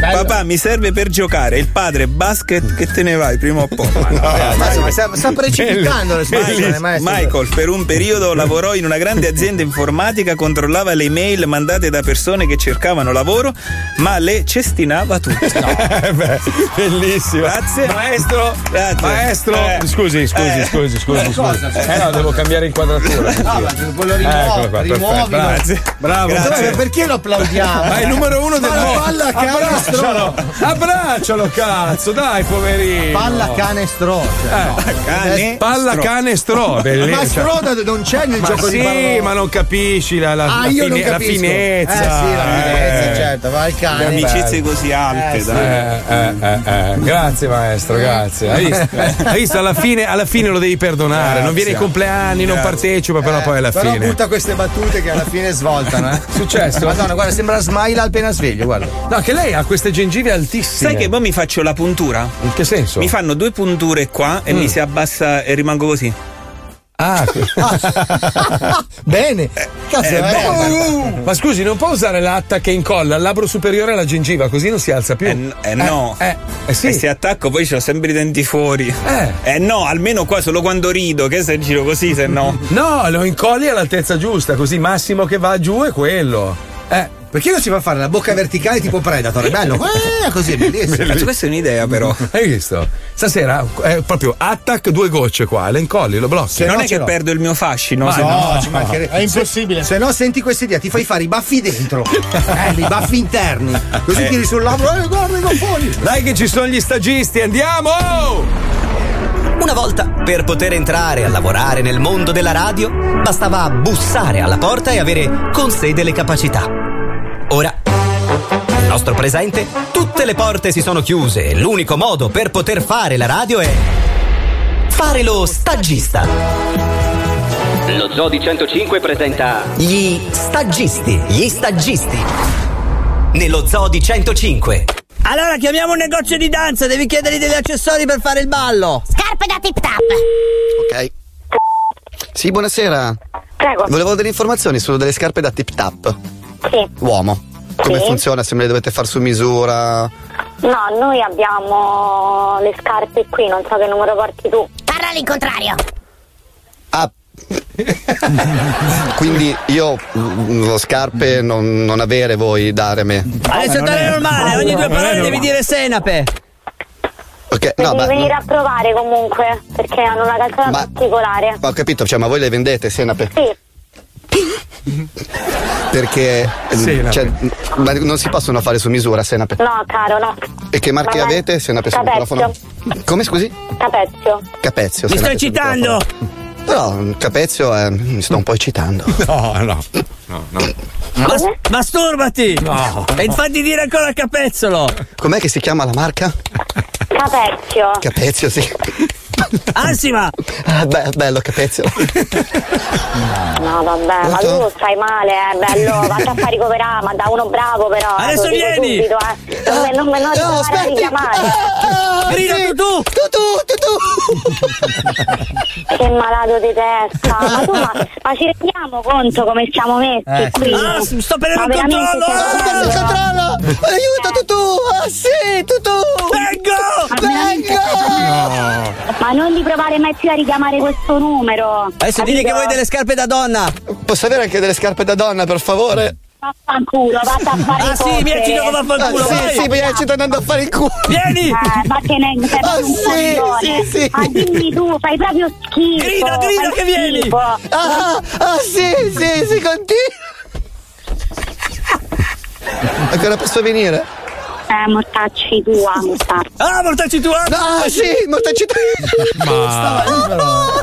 Papà, mi serve per giocare. Il padre, basket, che te ne vai prima o poi. Ma insomma, sta, sta precipitando la eh, situazione, maestro. Michael per un periodo lavorò in una grande azienda informatica, controllava le email mandate da persone che cercavano lavoro, ma le cestinava tutte. Eh beh, bellissimo. Grazie. Maestro, Grazie. maestro. Eh. Scusi, scusi, Eh. scusi, scusi. Cosa? scusi. Eh no, devo cambiare inquadratura. Ah, quello rimuo- Eccolo qua, ecco, perfetto. rimuovilo. Grazie. Bravo. Dove- Perché lo applaudiamo? Ma è il numero uno del Ma la mondo. Palla Abbraccialo, canestro. abbraccialo, cazzo, dai, poverino. Palla canestro. Cioè, no. Eh, Palla cane stro, bellissimo. Ma stro da- non c'è nel Ma gioco sì, di parole. ma non capisci la, la, Ah, la io non fine- la capisco. finezza. Eh, sì, la finezza, certo, va al cane. Le amicizie Bello. così alte, Eh, sì. dai. Eh, eh, eh, eh. Grazie maestro, grazie. Hai visto? Hai visto? Alla, fine, alla fine lo devi perdonare. Non viene ai compleanni, non Grazie. partecipa, però Eh, poi alla però fine. butta queste battute che alla fine svoltano. Eh. Successo? Madonna, guarda, sembra Smaila appena sveglio, guarda. No, che lei ha queste gengive altissime. Sai che poi mi faccio la puntura? In che senso? Mi fanno due punture qua e Mm. mi si abbassa e rimango così. Ah, que- Bene. Cazzo, eh, eh, Oh, ma scusi, non può usare l'atta che incolla al labbro superiore alla gengiva, così non si alza più. Eh, n- eh, no. Eh, eh, sì. E se attacco poi c'ho sempre i denti fuori. Eh. no, almeno qua solo quando rido, che se giro così, se no. No, lo incolli all'altezza giusta, così massimo che va giù è quello. Eh. Perché non si fa fare la bocca verticale tipo Predator? È bello. Eh, così è bellissimo. Cazzo, questa è un'idea, però. Mm, Hai visto? Stasera è proprio attack due gocce qua, le incolli, lo blocchi. non no, è ce che l'ho. perdo il mio fascino, Ma se no, no. ci mancherebbe. È impossibile. Se no senti questa idea, ti fai fare i baffi dentro, eh, i baffi interni, così Eh. tiri sul labbro, eh, guarda i goffoni. Dai che ci sono gli stagisti, andiamo! Una volta, per poter entrare a lavorare nel mondo della radio, bastava bussare alla porta e avere con sé delle capacità. Ora, nel nostro presente, tutte le porte si sono chiuse e l'unico modo per poter fare la radio è fare lo stagista. Lo Zoo di 105 presenta Gli stagisti, gli stagisti. Nello Zoo di 105. Allora chiamiamo un negozio di danza, devi chiedergli degli accessori per fare il ballo. Scarpe da tip tap. Ok. Sì, buonasera. Prego. Volevo delle informazioni su delle scarpe da tip tap. Sì. Uomo. Come Sì. funziona? Se me le dovete far su misura? No, noi abbiamo le scarpe qui, non so che numero porti tu. Parla all'incontrario. Quindi io mm, lo scarpe non, non avere voi, dare a me. Adesso è normale, ogni due parole devi dire senape. Ok, no, Devi ma, venire a provare comunque, perché hanno una canzone Ma- particolare. ho capito, cioè, ma voi le vendete senape? Sì. Perché mm, Senape. cioè, mm, ma non si possono fare su misura senape. No, caro, no. E che marche Vabbè. avete senape sul Capezio. microfono? Come scusi? Capezio. Capezio. Mi senape stai sul microfono. No, Capezio eh, mi sto un po' eccitando. No, no. No, no. Mas- masturbati! No. E fatti dire ancora capezzolo! Com'è che si chiama la marca? Capezio. Capezio, sì. Ansima! Ah, be- bello Capezio. No, vabbè, ma tu stai male, eh, bello. Vatti a far ricoverare, ma da uno bravo però. Adesso te lo dico vieni. Subito, eh. Non me- Non me lo ricordare di chiamare. Ah, Marina, tu tu! Che malato di testa. Ma tu, ma, ma ci rendiamo conto come siamo messi Eh. qui? Ah, s- sto perdendo Ma il veramente controllo, siamo- sto perdendo il controllo! Aiuto tutto! Ah sì, tutto! Vengo! Vengo! Ma non di provare mai più a richiamare questo numero. Adesso digli che vuoi delle scarpe da donna. Posso avere anche delle scarpe da donna, per favore? Vaffanculo, vatta a fare Ah, sì, mi eccito come vaffanculo, Ah, vai. sì, sì, mi eccito andando a fare il culo. Vieni! Eh, ma che ne sei Ah, proprio un sì, coglione. sì, sì. Ma dimmi tu, fai proprio schifo. Grida, grida fai che vieni. schifo. Ah, ah, sì, sì, sì, continua. Ancora posso venire? Eh, mortacci tua, mortacci. Ah, mortacci tua! Ah, sì, mortacci tua.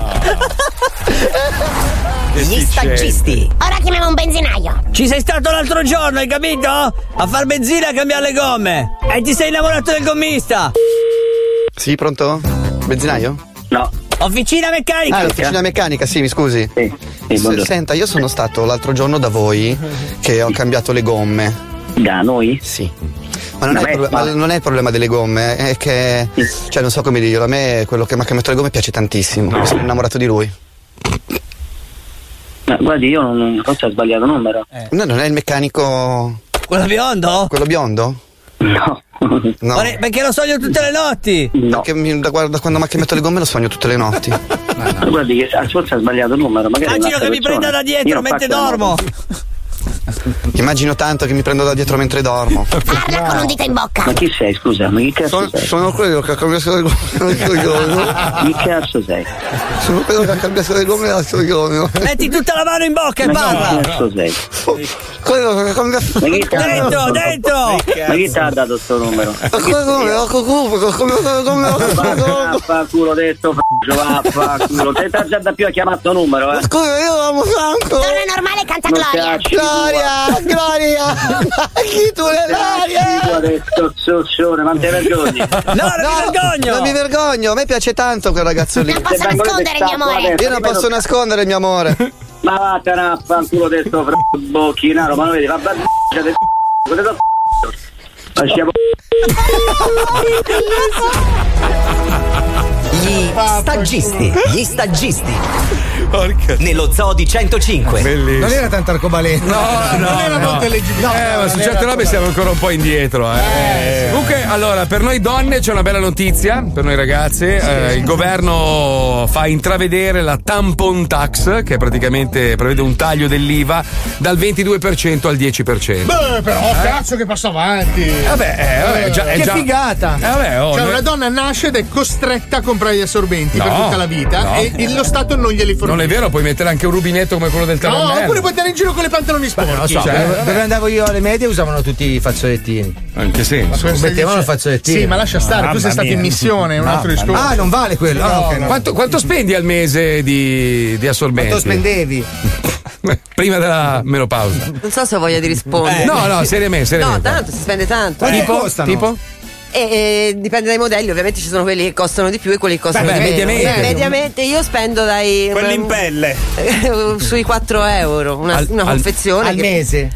Gli stagisti! Ora chiamiamo un benzinaio. Ci sei stato l'altro giorno, hai capito? A far benzina e a cambiare le gomme! E ti sei innamorato del gommista! Sì, pronto? Benzinaio? No. Officina meccanica! Ah, l'officina meccanica, sì, mi scusi. Sì. buongiorno. Senta, io sono stato l'altro giorno da voi che ho cambiato le gomme. Da noi? Sì. Ma non, Da è, il me? proble- ma Ma- non è il problema delle gomme, è che. Cioè, non so come dirlo, a me quello che mi ha cambiato le gomme piace tantissimo. Mi sono innamorato di lui. Ma guardi, io non, forse ho sbagliato numero. Eh. No, non è il meccanico. Quello biondo? Quello biondo? No. No. Vorrei- Perché lo sogno tutte le notti! Perché mi- da, guarda, quando mi ha cambiato le gomme lo sogno tutte le notti. Ma Guardi, che ah, forse ha sbagliato numero. Magari Immagino un'altra che mi persona. prenda da dietro Io ho mentre fatto la dormo. nota. Immagino tanto che mi prendo da dietro mentre dormo. Parla con un dito in bocca. Ma chi sei, scusa? Ma chi cazzo Sono, sei? sono quello che ha cambiato le gomme. Chi cazzo sei? Sono quello che ha cambiato le gomme al coglione. Metti tutta la mano in bocca e parla! sei? Quello che ha cambiato Ma chi t'ha Dentro, dentro! Ma chi ti ha dato sto numero? Vaffanculo detto, f***o, vaffanculo. Te t'ha già da più a chiamare sto numero, eh. Scusa, io amo tanto. Non è normale, canta Non Gloria. piace. Gloria, Gloria. Chi tu le Vaffanculo detto, zozzone, ma non te vergogni. No, Non mi vergogno, a me piace tanto quel ragazzo lì. Non posso Se vengo nascondere, io mio stacco amore. adesso, Io non almeno- posso nascondere, mio amore. Ma vattene a fanculo testo fra bocchinaro, ma lo vedi, va va cioè, del c***o, cosa do c***o? Lasciamo Gli stagisti, gli stagisti. Nello Zoo di 105. Bellissimo. era tanto arcobaleno. No, no, no. Eh, ma su certe robe siamo ancora un po' indietro. eh. Comunque, allora, per noi donne c'è una bella notizia, per noi ragazze. Eh, il governo fa intravedere la tampon tax, che praticamente prevede un taglio dell'IVA dal 22% al 10%. Beh, però, cazzo che passo avanti. Eh. Vabbè, eh, vabbè, già- è che già- figata. Eh, vabbè, oh, cioè, noi- una donna nasce ed è costretta a comprare gli assorbenti per No, tutta la vita no. e il- lo Stato non glieli fornisce. Non è vero, puoi mettere anche un rubinetto come quello del No, talonnello. oppure puoi andare in giro con le pantaloni sporchi. non lo so, eh, Cioè, Dove- Dove andavo io alle medie usavano tutti i fazzolettini. Anche sì. Ma cosa mettevano il dice? fazzolettino. Sì, ma lascia stare, tu sei stato Eh. in missione, è un altro discorso. Ah, non vale quello. Ah, ok, no. Quanto, quanto spendi al mese di, di assorbenti? Quanto spendevi? Prima della menopausa. Non so se ho voglia di rispondere. Eh, no, no, seriamente, seriamente. No, tanto si spende tanto. Quanti Tipo? costano? Tipo? E, e dipende dai modelli, ovviamente ci sono quelli che costano di più e quelli che costano Beh, di meno. mediamente. Eh, mediamente io spendo dai. Eh, eh, Quelli in pelle. sui 4 euro, una, Al- una al- confezione. al mese?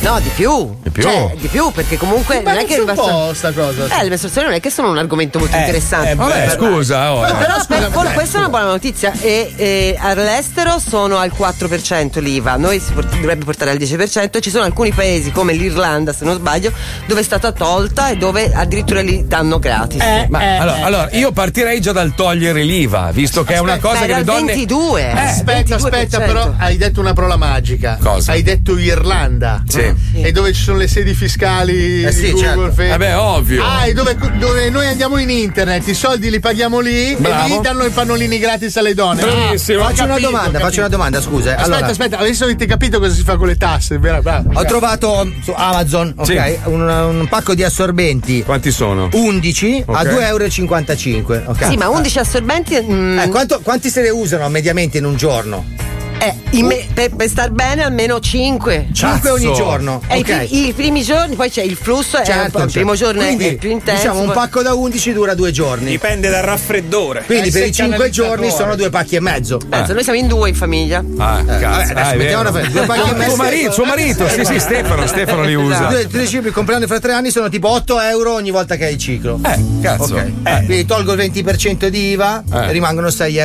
No, di più. Di più? Cioè, di più, perché comunque Ma non è pensa che le un mestruazioni. po' sta cosa. Eh, le mestruazioni non è che sono un argomento molto interessante. eh, Vabbè, Per parlare. scusa, oh, No, no. però aspetta, col- questa è una buona notizia. E, e all'estero sono al 4% l'IVA, noi si port- dovrebbe portare al 10%. Ci sono alcuni paesi come l'Irlanda, se non sbaglio, dove è stata tolta e dove addirittura li danno gratis. Eh, Ma allora, allora, io partirei già dal togliere l'IVA, visto che è una cosa che le donne. Eh, aspetta, aspetta, però hai detto una parola magica. Cosa? Hai detto Irlanda. Ah, Sì. E dove ci sono le sedi fiscali Eh sì, di Google, certo. Facebook. Vabbè, ovvio. Ah, e dove, dove noi andiamo in internet, i soldi li paghiamo lì Bravo. e lì danno i pannolini gratis alle donne. Bravissimo. Ah, ho Faccio una domanda, ho faccio una domanda, scusa, eh. Aspetta, Allora- aspetta, adesso avete capito cosa si fa con le tasse, vero? Bravo. Ho trovato su Amazon ok, Sì. un, un pacco di assorbenti. Quanti sono? 11 Ok. a 2,55 euro. Sì, ma mm. 11 assorbenti. Eh, quanto- quanti se ne usano mediamente in un giorno? Eh, in me- per, per star bene almeno 5. Cinque ogni giorno, E i, ok. pri- i primi giorni, poi c'è il flusso, è un po'- Eh, il primo giorno Cioè, certo, Quindi, è più intenso. Diciamo un poi- pacco da 11 dura due giorni. Dipende dal raffreddore. Quindi Eh, per se i 5 giorni sono due pacchi e mezzo. Penso, noi siamo in due in famiglia. Eh. Eh, Ah, vabbè, cazzo. adesso ah, è mettiamo vero. una fe- due pacchi e Tuo mezzo. marito, suo marito, Eh, sì, sì, Stefano, Stefano li usa. Due- tre cicli, il compleanno fra tre anni sono tipo 8 euro ogni volta che hai il ciclo. Eh, cazzo. Ok. Quindi tolgo il 20% di IVA, Eh. rimangono 6,80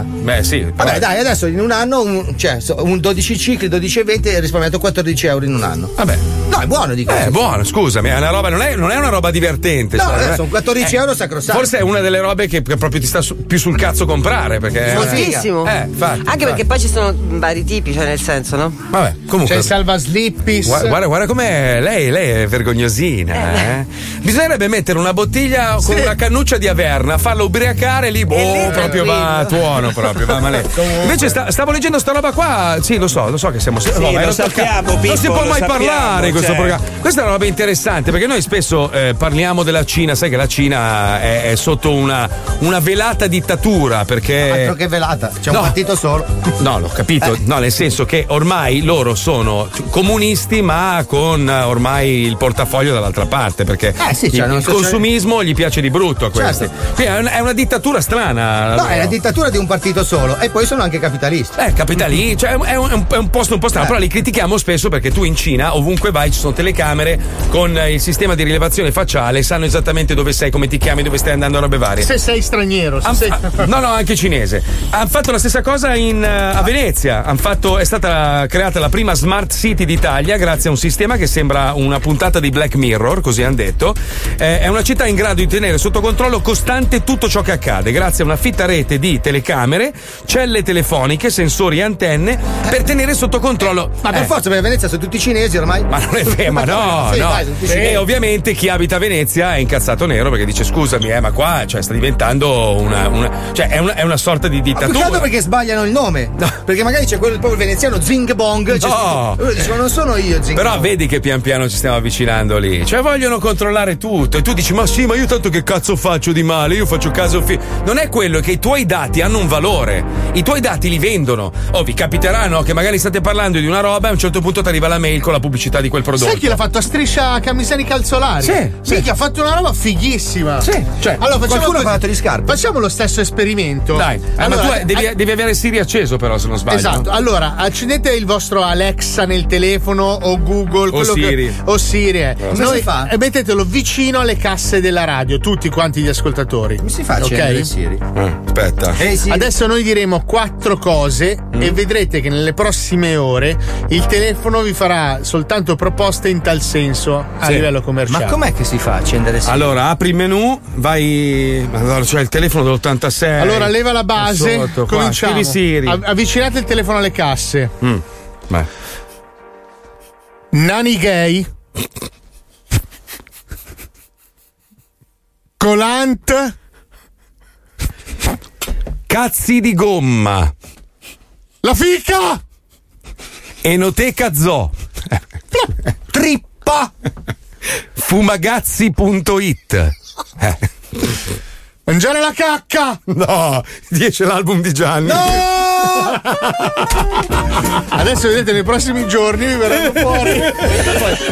euro. Beh, sì. Vabbè, dai, adesso in un anno, un, cioè, so- un 12 cicli, 12 e 20, hai risparmiato 14 euro in un anno. Vabbè. No, è buono, dico. Eh, buono, scusami, è una roba, non, è, non è una roba divertente. No, sai, eh, non è- sono 14 euro sacrosanti. Forse è una delle robe che, che proprio ti sta su- più sul cazzo comprare. Perché, Moltissimo. Eh, infatti, Anche infatti. perché poi ci sono vari tipi, cioè nel senso, no? Vabbè, comunque. C'è Cioè, Cioè, il salva slippis. Gua- Guarda, guarda com'è lei, lei è vergognosina. eh. Bisognerebbe mettere una bottiglia con una cannuccia di Averna, farla ubriacare lì, boh, proprio va a tuono, proprio va male. Invece sta- stavo leggendo sta roba qua, sì, lo so, Oh, lo so che siamo... Sì, no, ma lo era sappiamo, tocca- Non si Pippo, può lo mai sappiamo, parlare in questo cioè. programma. Questa è una roba interessante perché noi spesso eh, parliamo della Cina, sai che la Cina è, è sotto una, una velata dittatura perché... Altro che velata, c'è Eh. No. un partito solo. No, l'ho capito. Eh. No, nel senso che ormai loro sono comunisti, ma con eh, ormai il portafoglio dall'altra parte. Perché Eh, sì, il, cioè, non il so se- consumismo gli piace di brutto a questi. Quindi è un- è una dittatura strana. Certo. No, è la dittatura di un partito solo e poi sono anche capitalisti. Eh, capitali, cioè è un, è un- è un posto un po' Eh. strano, però li critichiamo spesso perché tu in Cina, ovunque vai, ci sono telecamere con eh, il sistema di rilevazione facciale, sanno esattamente dove sei, come ti chiami, dove stai andando, robe varie. Se sei straniero, se sei... No, no, anche cinese. Hanno fatto la stessa cosa in, eh, a Venezia. Han fatto- è stata creata la prima smart city d'Italia grazie a un sistema che sembra una puntata di Black Mirror, così hanno detto. Eh, è una città in grado di tenere sotto controllo costante tutto ciò che accade, grazie a una fitta rete di telecamere, celle telefoniche, sensori e antenne, per tenere sotto controllo. Ma per Eh. forza, perché a Venezia sono tutti cinesi ormai. Ma non è vero, eh, ma Ah, no, Ah, Sì, no. Eh, dai, sono tutti E cinesi. ovviamente chi abita a Venezia è incazzato nero perché dice scusami, eh, ma qua cioè, sta diventando una, una- cioè, è una, è una sorta di Ma più che dittatura. altro perché sbagliano il nome. Perché magari c'è quello proprio veneziano Zing Bong. cioè, c'è No. scritto- Loro dicono non sono io Zing Però Bong. vedi che pian piano ci stiamo avvicinando lì. Cioè, vogliono controllare tutto. E tu dici, ma sì, ma io tanto che cazzo faccio di male? Io faccio caso. Fi-. Non è quello che i tuoi dati hanno un valore. I tuoi dati li vendono. Oh, vi capiterà, no? Che magari state parlando di una roba e a un certo punto ti arriva la mail con la pubblicità di quel prodotto. Sai chi l'ha fatto a striscia camisani calzolari? Sì, sì. Minchia, ha fatto una roba fighississima. Sì, cioè, qualcuno ha parlato di scarpe. Facciamo lo stesso esperimento. Dai, eh, ma Allora, tu eh, devi, eh, devi avere Siri acceso, però, se non sbaglio. Esatto, allora accendete il vostro Alexa nel telefono o Google O quello che- Siri. o Siri. eh. Cosa Noi- si fa? E mettetelo vicino alle casse della radio, tutti quanti gli ascoltatori. Come si fa a accendere Siri? Eh, aspetta. Eh, Adesso noi diremo quattro cose e vedrete che nelle prossime ore il telefono vi farà soltanto proposte in tal senso a Sì. livello commerciale. Ma com'è che si fa a accendere Allora, apri il menu, vai. Madonna, c'è il telefono dell'86. Allora, leva la base, Eh, Sotto, qua. cominciamo. Scrivi Siri. Av- avvicinate il telefono alle casse. Mm, vai. Nani gay. Colant. Cazzi di gomma. La fica! Enoteca Zoo. Trippa. Fumagazzi.it. Eh. Mangiare la cacca! No, 10 Oh, l'album di Gianni. No! Adesso vedete, nei prossimi giorni vi verranno fuori.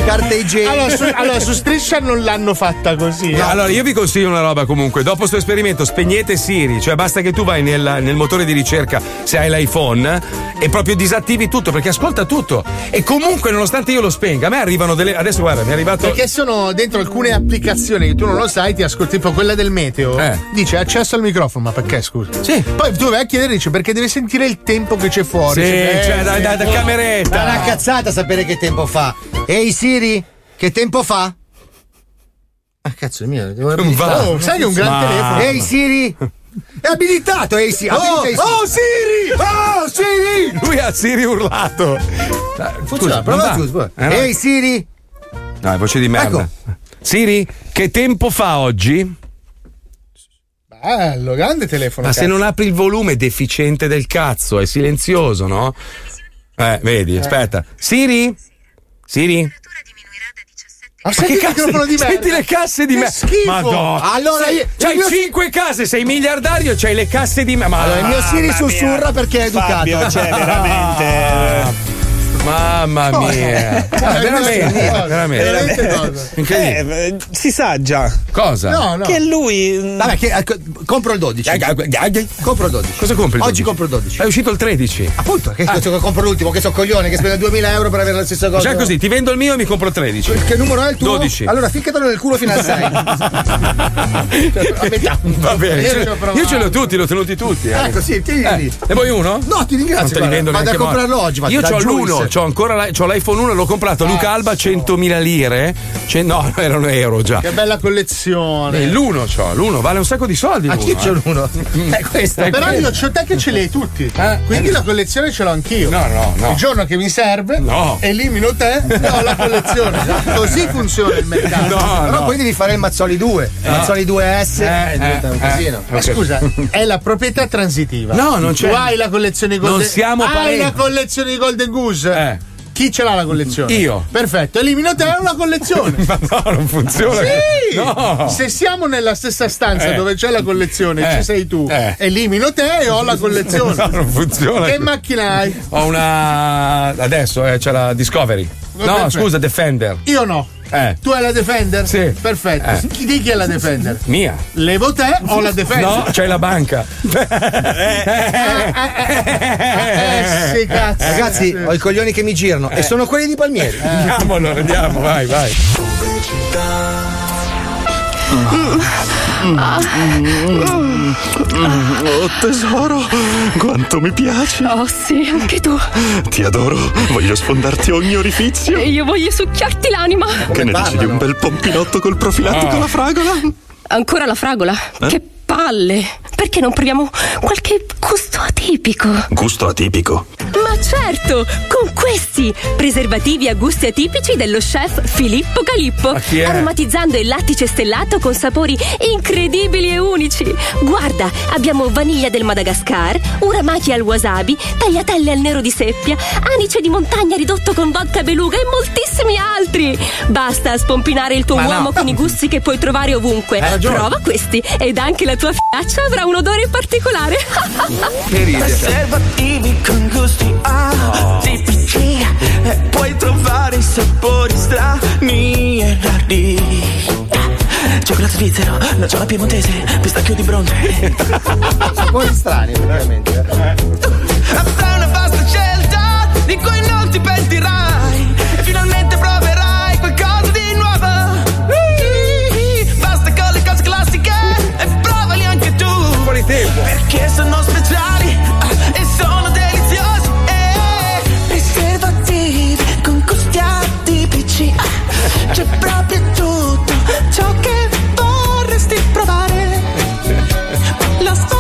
Carte Allora su, allora, su Striscia non l'hanno fatta così. No, eh. allora io vi consiglio una roba comunque. Dopo questo esperimento spegnete Siri, cioè basta che tu vai nel, nel motore di ricerca se hai l'iPhone e proprio disattivi tutto perché ascolta tutto. E comunque nonostante io lo spenga, a me arrivano delle... Adesso guarda, mi è arrivato... Perché sono dentro alcune applicazioni che tu non lo sai, ti ascolti, tipo quella del meteo. Eh. Dice accesso al microfono, ma perché scusa? Sì. Poi tu vai a chiedere dice perché deve sentire il tempo che c'è fuori. Sì, Dice, cioè, eh, da- da- da cameretta. Ma è una cazzata sapere che tempo fa. Ehi Siri, che tempo fa? Ah, cazzo mio, devo abilitare. Oh, sai che è un gran Ma- telefono. Ehi Siri! È abilitato, eh, ehi Siri! Oh, oh, Siri! Oh, Siri! Lui ha Siri urlato. Funziona, non prova va. tu. scusa. Eh, no. Ehi Siri! Ecco. No, è voce di merda. Siri, che tempo fa oggi? Bello, grande telefono. Ma se cazzo. non apri il volume è deficiente del cazzo, è silenzioso, no? Eh, vedi, aspetta. Siri? Siri? Ma che senti il cazzo- microfono di merda. Senti le casse di Che me. schifo. Madonna. Allora, Sei- io- c'hai io- cinque case, sei miliardario, c'hai le casse di me. Ma Allora, il mio mamma Siri mia. sussurra perché è educato. Fabio, cioè, veramente. Mamma Cosa? mia. Eh, veramente, Cosa? veramente. Incredibile. Eh, si sa già. Cosa? No, no. Che lui. Vabbè, che, eh, co- compro il 12. Compro il 12. Cosa compri? il Ah. 12? Oggi compro il 12. È uscito il 13. Appunto, che che compro l'ultimo, che so coglione, che spende 2000 euro per avere la stessa cosa. Cioè così, ti vendo il mio e mi compro il 13. Che numero è il tuo? 12. Allora, ficcatelo nel culo fino al 6. Va bene, Io ce- ce l'ho provato. io ce li ho tutti, li ho tenuti tutti. eh. Ecco, sì, tienili. Eh, Ne vuoi uno? No, ti ringrazio, Non te li guarda. vendo Vado neanche a comprarlo morti. oggi, vado Io da Ah, ho l'uno, Jules. c'ho ancora la- c'ho l'iPhone 1, l'ho comprato. Luca Alba 100.000 lire. Cioè, no, erano euro già. Che bella collezione. Eh, L'uno c'ho, l'uno vale un sacco di soldi. Anch'io l'uno, c'ho eh. l'uno. È questo, è Però quello. Eh, io c'ho te che ce li hai tutti. Quindi la collezione ce l'ho anch'io. No, no, no. Il giorno che mi serve, No. elimino te e ho la collezione. Così funziona il mercato. No, Però no. poi devi fare il Mazzoli 2. Eh. Mazzoli 2S. Eh, diventa un casino. Ma scusa, è la proprietà transitiva. No, non c'è. Tu hai la collezione di Non Golden siamo Hai parenti. la collezione di Golden Goose. Chi ce l'ha la collezione? Eh. Io. Perfetto, elimino te è una collezione. Ma no, non funziona. Sì! No. Se siamo nella stessa stanza Eh. dove c'è la collezione, Eh. ci sei tu. Eh. Elimino te e ho la collezione. No, non funziona. Che macchina hai? Ho una. Adesso eh, c'è la Discovery. Va No, bene. scusa, Defender. Io no. Eh. Tu hai la Defender? Sì. Perfetto. Eh. Chi- Di chi è la Defender? Mia. Levo te o la Defender? No, c'hai la banca. Eh, sì, cazzo. Ragazzi, ho i coglioni che mi girano Eh. e sono quelli di Palmieri. Andiamo allora, andiamo, vai, vai. Oh tesoro, quanto mi piaci. Oh sì, anche tu. Ti adoro, voglio sfondarti ogni orifizio. E io voglio succhiarti l'anima. Che ne dici di un bel pompinotto col Ah. profilattico alla fra? fragola? Ancora la fragola? Eh? Che palle! Perché non proviamo qualche gusto atipico? Gusto atipico. Ma certo, con questi preservativi a gusti atipici dello chef Filippo Calippo, chi è? aromatizzando il lattice stellato con sapori incredibili e unici. Guarda, abbiamo vaniglia del Madagascar, uramaki al wasabi, tagliatelle al nero di seppia, anice di montagna ridotto con vodka beluga e moltissimi altri. Basta spompinare il tuo Ma no. uomo con i gusti che puoi trovare ovunque. Hai ragione. Prova questi ed anche la tua fiaccia avrà un odore particolare. Preservativi con gusti atipici Eh, E puoi trovare i sapori strani e rari Cioccolato svizzero, nocciola piemontese, pistacchio di bronzo Sapori strani, veramente. Avrai Eh. una vasta scelta di cui non ti pentirai E finalmente proverai qualcosa di nuovo Basta con le cose classiche e provali anche tu Fuori tempo Perché sono speciali ah, e sono deliziosi eh. Preservativi con gusti atipici ah, C'è proprio tutto ciò che vorresti provare La storia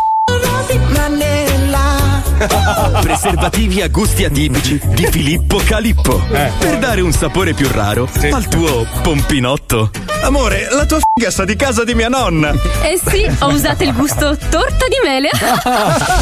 rimane là Preservativi a gusti atipici di Filippo Calippo. Per dare un sapore più raro al tuo pompinotto. Amore, la tua figa sa di casa di mia nonna. Eh sì, ho usato il gusto torta di mele. Guarda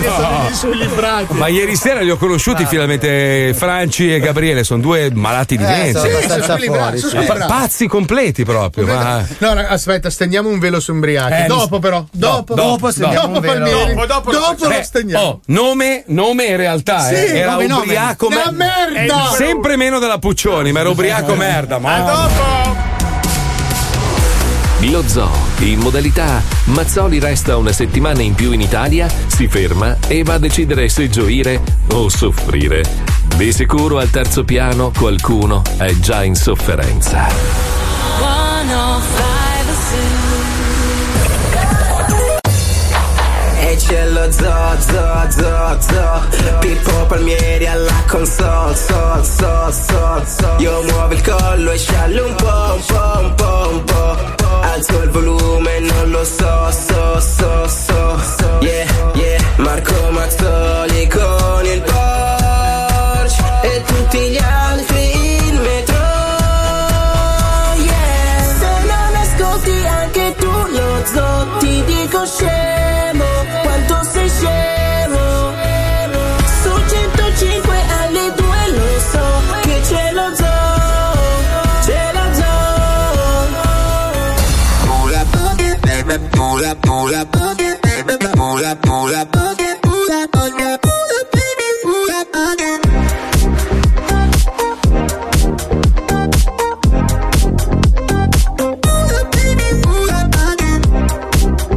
che sono sugli bracci. Ma ieri sera li ho conosciuti finalmente Franci e Gabriele, sono due malati di Eh, sono mente. abbastanza Sì, sono fuori, squilibrati, sì. sono Ma pa- squilibrati. Pazzi completi proprio. Ma... No, rag- aspetta, stendiamo un velo su Eh, Umbriachi. mi- dopo, però. Dopo, dopo, stendiamo dopo. un velo. Dopo, Palmieri. dopo dopo, lo Beh, stendiamo. oh, nome, nome in realtà Sì, eh, era nome, nome. ubriaco Eh, Una merda! Sempre meno della Puccioni, ma era ubriaco merda. Ma Lo zoo, in modalità Mazzoli resta una settimana in più in Italia, si ferma e va a decidere se gioire o soffrire. Di sicuro al terzo piano qualcuno è già in sofferenza. 105 E c'è lo zo, zo, zo, zo Pippo Palmieri alla console, so, so, so, so Io muovo il collo e sciallo un po', un po', un po', un po' Alzo il volume, non lo so, so, so, so, so Yeah, yeah Marco Mazzoli con il Porsche E tutti gli altri in metro Yeah. Se non ascolti anche tu lo zoo Ti dico scemo Quanto sei scemo Su 105 alle 2 lo so Che c'è lo zoo C'è lo zoo Pula poke, baby, pula, pula poke, baby, pula, pula poke, pula poke, pula baby, pula poke. Pula, baby, pula poke.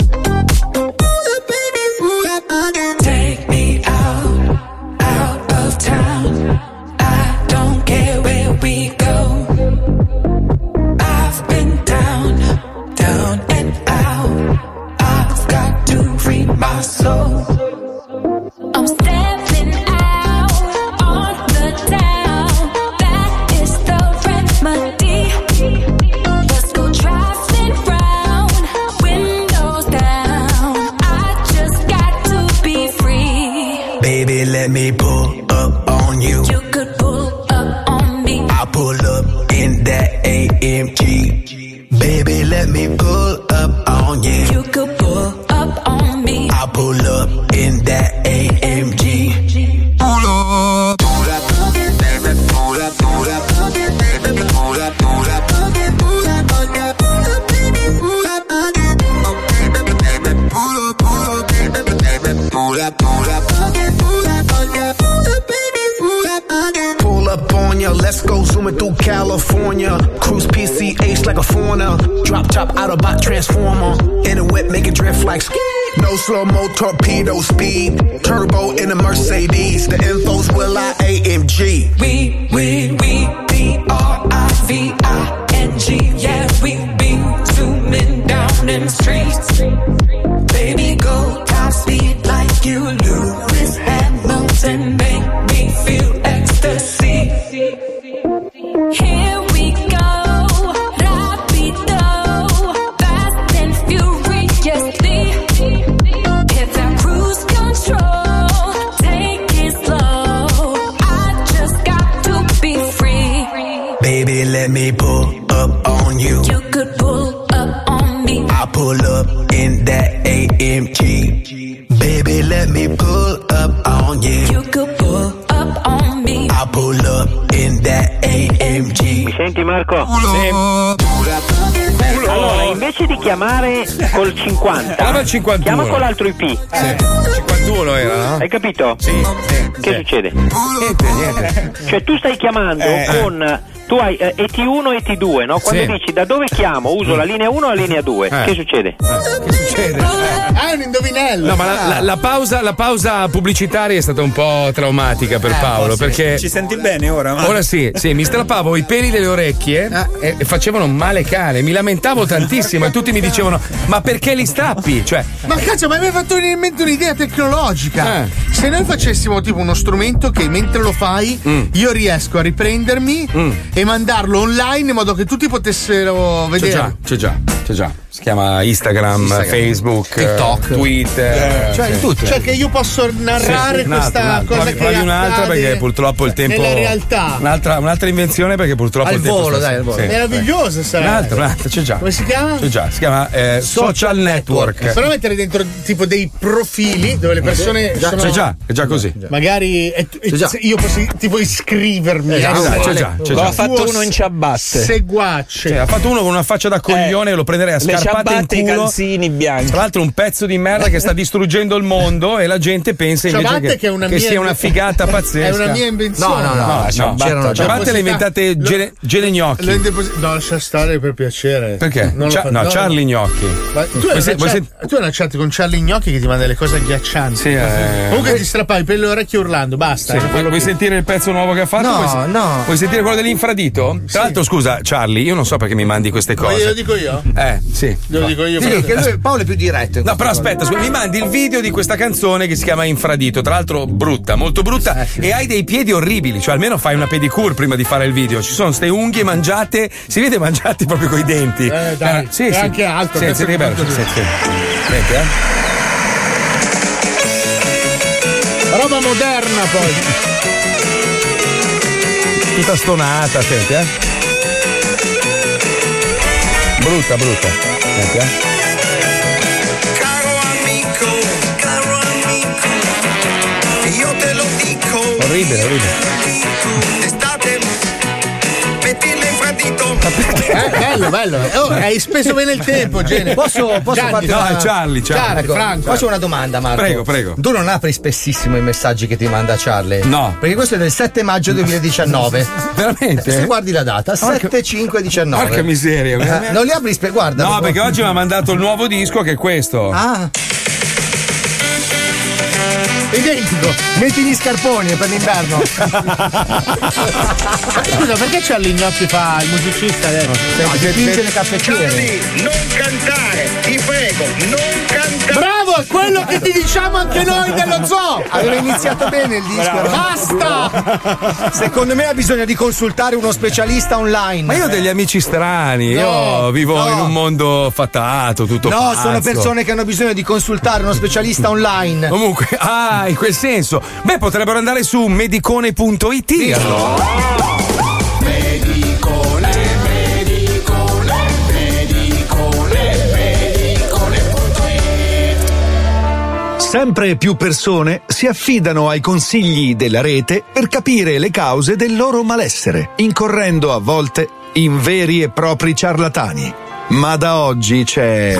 Pula, baby, pula poke. Take me out, out of town I don't care where we go I've been down, down and out I've got to free my soul I'm stepping out on the town. That is the remedy. Let's go driving round, windows down. I just got to be free. Baby, let me pull up on you. You could pull up on me. I pull up in that AMG. Baby, let me pull up on you. You could pull up on me. I pull up in that AMG. Pull up. Pull up, baby. Pull up, pull up, baby. Pull up, pull up, baby. Pull up, pull up, baby. Pull up, pull up, Pull up on ya, let's go zooming through California. Cruise PCH like a foreigner. Drop top Autobot transformer. In a whip, make it drift like ski. No slow mo, torpedo speed. Turbo in a Mercedes. The info's will I AMG. We, we, we, B-R-I-V-I-N-G Yeah, we be zooming down in the streets Baby, go top speed like you Lewis Hamilton Make me feel ecstasy Here we go, rapido, fast and furiously. It's our cruise control, take it slow. I just got to be free. Baby, let me pull up on you. You could pull up on me. I pull up in that AMG. Baby, let me pull up on you. You could pull up on me. I pull up in that AMG. Senti Marco? Allora, invece di chiamare col 50, Chiama Ah, il 51. chiama con l'altro IP. 51 era, no? Hai capito? Sì. Che succede? Niente, niente. Cioè tu stai chiamando Eh. con tu hai eh, ET1 e ET2, no? Quando Sì. Mm. dici da dove chiamo, uso la linea 1 o la linea 2. Eh. Che succede? Ah, è un indovinello. No, ma la, la- la pausa, la pausa pubblicitaria è stata un po' traumatica Eh, per Paolo. Perché Ci senti bene ora? Marco? Ora sì, sì, mi strappavo i peli delle orecchie Ah, eh. e, e facevano male cane, mi lamentavo tantissimo e tutti mi dicevano "Ma perché li strappi?" Cioè, Ma cazzo, ma mi hai fatto venire in mente un'idea Eh. tecnologica. Se Mm. noi facessimo tipo uno strumento che mentre lo fai io riesco a riprendermi e e mandarlo online in modo che tutti potessero C'è Cioè, già, vedere. c'è già, c'è già. Si chiama Instagram, Instagram. Facebook, TikTok, Twitter. cioè, sì. tutto. Cioè che io posso narrare Sì, un altro, questa un altro. cosa Provi- che provi un'altra accade perché purtroppo il tempo nella realtà. un'altra, un'altra invenzione perché purtroppo al il tempo volo, sta- dai, al volo. sì. Meraviglioso eh. sarà. Un'altra, un'altra, c'è già. Come si chiama? C'è già, si chiama eh, Social Network. Però mettere dentro tipo dei profili dove le persone Eh, Già, sono C'è già, è già così. Magari e- e- C'è già. se io posso tipo iscrivermi. Esatto, Al- c'è già, c'è già. L'ha fatto tuo uno in ciabatte. Seguace. Cioè, ha fatto uno con una faccia da coglione e lo prenderei a le scarpate in ciabatte, i culo. calzini bianchi. Tra l'altro un pezzo di merda che sta distruggendo il mondo e la gente pensa invece Ciabatte che, che è una che mia- sia una figata pazzesca. È una mia invenzione. No, no, no, no, c'erano ciabatte, ciabatte le inventate Gene, Gene Gnocchi. Lo indeposi- no, lascia stare per piacere. Perché? Non lo Cia- fa- Eh, no, no, Charlie Gnocchi. Ma tu, Vuoi hai se- una vuoi cioè chat, sent- tu hai una chat con Charlie Gnocchi che ti manda le cose agghiaccianti. eh. Comunque ti strappai per le orecchie urlando, basta. eh, Sì, vuoi, vuoi sentire il pezzo nuovo che ha fatto? No, vuoi, se- no. vuoi sentire quello dell'infradito? Tra l'altro, scusa, Charlie, io non so perché mi mandi queste Ma glielo cose. dico io? Eh, sì. Glielo dico io. Sì, che lui- Paolo è più diretto. No, però aspetta, scusa, mi mandi il video di questa canzone che si chiama Infradito, tra l'altro brutta, molto brutta, e hai dei piedi orribili, cioè almeno fai una pedicure prima di fare il video. Ci sono ste unghie mangiate, si vede mangiate proprio coi denti. Eh, dai, sì, è sì. anche alto, Sì, adesso sì, che bello. tutto Sì, lì. sì. Senti, eh. Roba moderna poi. Tutta stonata, senti, eh. Brutta, brutta. Senti, eh. Io te lo dico. Orribile, orribile. Estate, mettile in fratito. Eh, bello, bello. Oh, hai speso bene il tempo, Gene. Eh, Posso, posso Gianni, farti no, una... Charlie, Charlie. Ecco, Franco. Faccio una domanda, Marco. Prego, prego. Tu non apri spessissimo i messaggi che ti manda Charlie. No. Perché questo è del 7 maggio 2019. Veramente? Se guardi la data, 7-5-19. Porca miseria, veramente. Eh, non li apri, spe- guarda. No, proprio. perché oggi mi ha mandato il nuovo disco che è questo. Ah. Identico. Metti gli scarponi per l'inverno. Ma Scusa, perché Charlie Gnocchi fa il musicista adesso? No, dipinge le caffettiere. Non cantare, ti prego, non cantare. Bravo, è quello che ti diciamo anche noi dello zoo. Aveva iniziato bene il disco. Bravo. era- Basta! Secondo me ha bisogno di consultare uno specialista online. Ma io ho degli amici strani, io No, vivo no. in un mondo fatato, tutto No, pazzo. sono persone che hanno bisogno di consultare uno specialista online. Comunque, ah, in quel senso. Beh, potrebbero andare su medicone.it. allora. Medicone, medicone, medicone, medicone.it Sempre più persone si affidano ai consigli della rete per capire le cause del loro malessere, incorrendo a volte in veri e propri ciarlatani. Ma da oggi c'è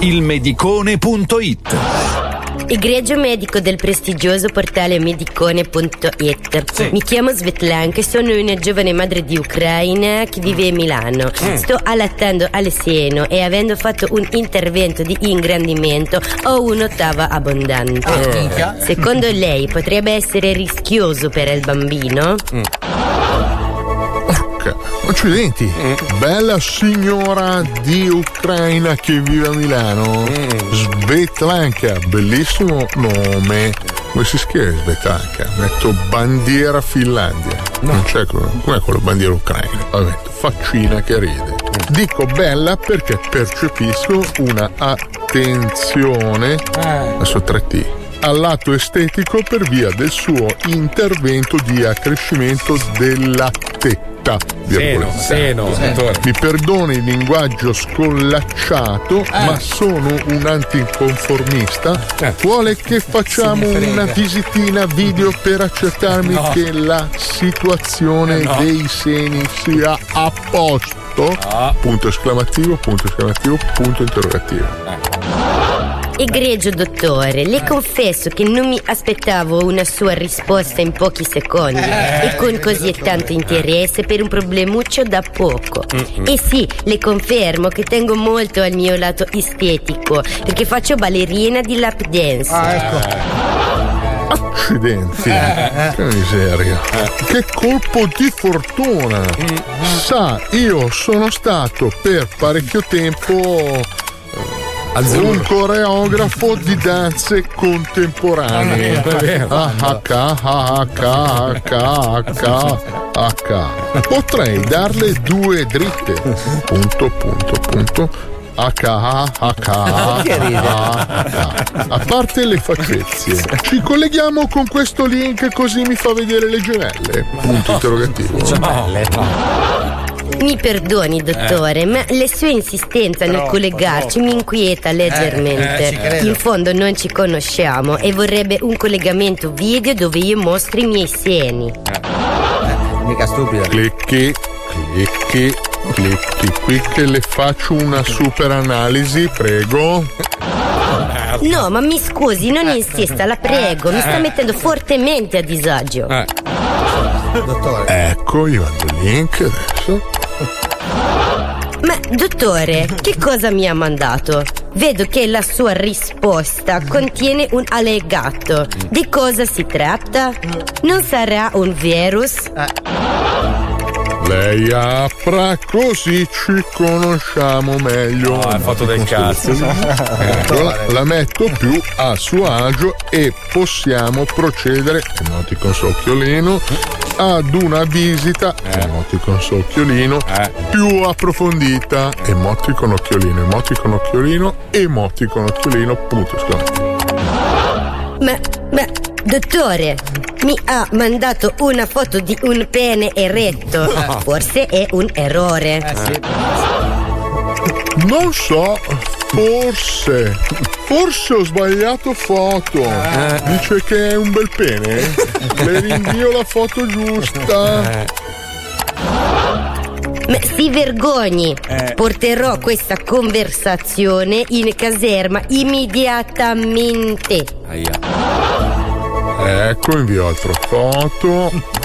il medicone.it. Egregio medico del prestigioso portale medicone.it. Mi chiamo Svetlanka e sono una giovane madre di Ucraina che vive a Milano. Mm. Sto allattando al seno e avendo fatto un intervento di ingrandimento ho un'ottava abbondante. Ah, minchia. Secondo lei potrebbe essere rischioso per il bambino? Accidenti, bella signora di Ucraina che vive a Milano, Svetlanka, bellissimo nome. Come si scrive Svetlanka? Metto bandiera Finlandia, non c'è quello, com'è quello bandiera Ucraina? La metto faccina che ride. Dico bella perché percepisco una attenzione, adesso 3T, al lato estetico per via del suo intervento di accrescimento della tetta. virgolette. seno, Sì. dottore. Mi perdoni il linguaggio scollacciato, ma sono un anticonformista. Vuole che facciamo Se ne Eh. frega. una visitina video per accertarmi No. che la situazione Eh, no. dei seni sia a posto? Punto esclamativo, punto esclamativo, punto interrogativo. Egregio dottore, le confesso che non mi aspettavo una sua risposta in pochi secondi Eh, e con così esatto. tanto interesse per un problemuccio da poco. Mm, E sì, le confermo che tengo molto al mio lato estetico perché faccio ballerina di lap dance. Ah, ecco. Ecco. Accidenti, Eh, che miseria. Che colpo di fortuna. Mm-hmm. Sa, io sono stato per parecchio tempo eh, Azzurro. Un coreografo di danze contemporanee. Ah, è vero. AHK, AHK, AHK, AHK. Potrei darle due dritte. Punto, punto, punto. HH, Perché ride? A parte le facezie, ci colleghiamo con questo link così mi fa vedere le gemelle. Punto interrogativo. Mi perdoni, Eh. dottore, ma le sue insistenze nel Troppo, collegarci mi inquieta eh, leggermente. ci credo. In fondo non ci conosciamo e vorrebbe un collegamento video dove io mostri i miei seni. Eh, Mica stupido. Clicchi, clicchi, clicchi qui che le faccio una super analisi, prego. Eh. No, ma mi scusi, non insista, la prego, mi sta mettendo fortemente a disagio. Eh. Ecco, io vado il link adesso. Ma dottore, che cosa mi ha mandato? Vedo che la sua risposta contiene un allegato. Di cosa si tratta? Non sarà un virus? Lei apra così ci conosciamo meglio. No, è fatto del cazzo. la, la metto più a suo agio e possiamo procedere, emoticon socchiolino, ad una visita, Eh. emoticon socchiolino, più approfondita, emoticon occhiolino, emoticon occhiolino, emoticon occhiolino, punto esclamativo. Ma, ma, dottore, mi ha mandato una foto di un pene eretto. No. Eh, Forse è un errore. Non so, forse, forse ho sbagliato foto. Dice che è un bel pene. Le rinvio la foto giusta. Ma si vergogni! Eh. Porterò questa conversazione in caserma immediatamente. Ecco, invio altra foto.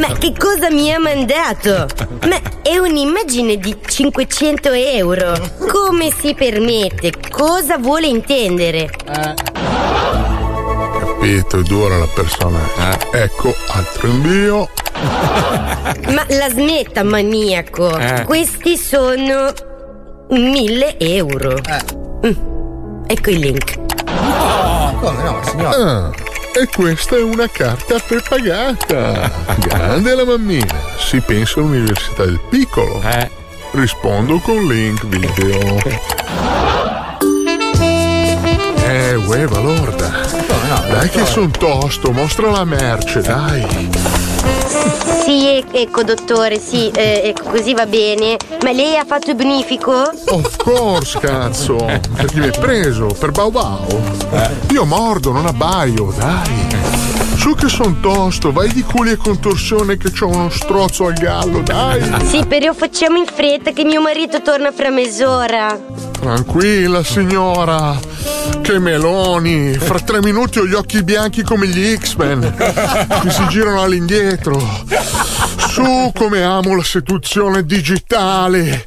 Ma che cosa mi ha mandato? Ma è un'immagine di 500 euro. Come si permette? Cosa vuole intendere? Eh. Capito, dura la persona. Ecco, altro invio. Ma la smetta, maniaco. Eh. Questi sono 1000 euro. Eh. Mm. Ecco il link. Come no, signora? Ah, e questa è una carta prepagata. Grande la mammina. Si pensa all'università del piccolo. Rispondo con link video. Eh, ueva lorda. dai che son tosto, mostra la merce, dai. Sì, e- ecco dottore, sì, eh, ecco, così va bene. Ma lei ha fatto il bonifico? Of course, cazzo. Perché mi hai preso per Bau Bau. Io mordo, non abbaio, dai. Su che son tosto, vai di culi e contorsione che c'ho uno strozzo al gallo, dai. Sì, però facciamo in fretta che mio marito torna fra mezz'ora. Tranquilla signora, che meloni, fra tre minuti ho gli occhi bianchi come gli X-Men, mi si girano all'indietro. Su come amo la seduzione digitale.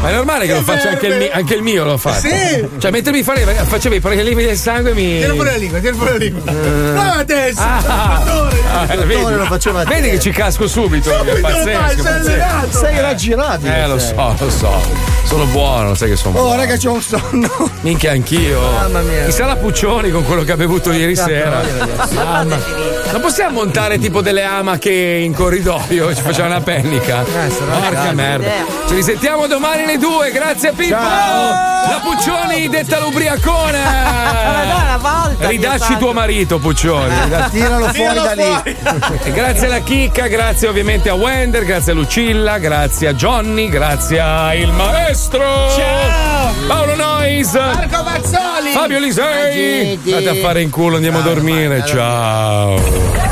Ma è normale che, lo faccia anche il, mi- anche il mio lo fa. Sì. Cioè, mentre mi fare, facevi i prelievi del sangue mi. Tira fuori la lingua, tira fuori la lingua. No, adesso! Ah. Dottore. Ah, vedi, lo faceva a te. vedi che ci casco subito. è pazzesco, pazzesco. Sei raggirato. Eh, lo so, lo so. Sono buono, lo sai che sono buono. Oh, raga, c'ho un sonno. Minchia anch'io. Mamma mia. Chissà la Puccioni con quello che ha bevuto ieri sera. Mamma. Non possiamo montare tipo delle amache in corridoio, ci facciamo una pellica. Eh, Porca merda. Ci risentiamo domani alle due, grazie Pippo! La Puccioni detta l'ubriacona! una volta. Ridacci tuo marito, Puccioni. ridacci- Tiralo Eh, fuori da lì. E grazie alla Chicca, grazie ovviamente a Wender, grazie a Lucilla, grazie a Johnny, grazie a il maestro. Ciao! Paolo Nois. Marco Mazzoli. Fabio Lisei. Andate a fare in culo, andiamo a dormire. Ciao.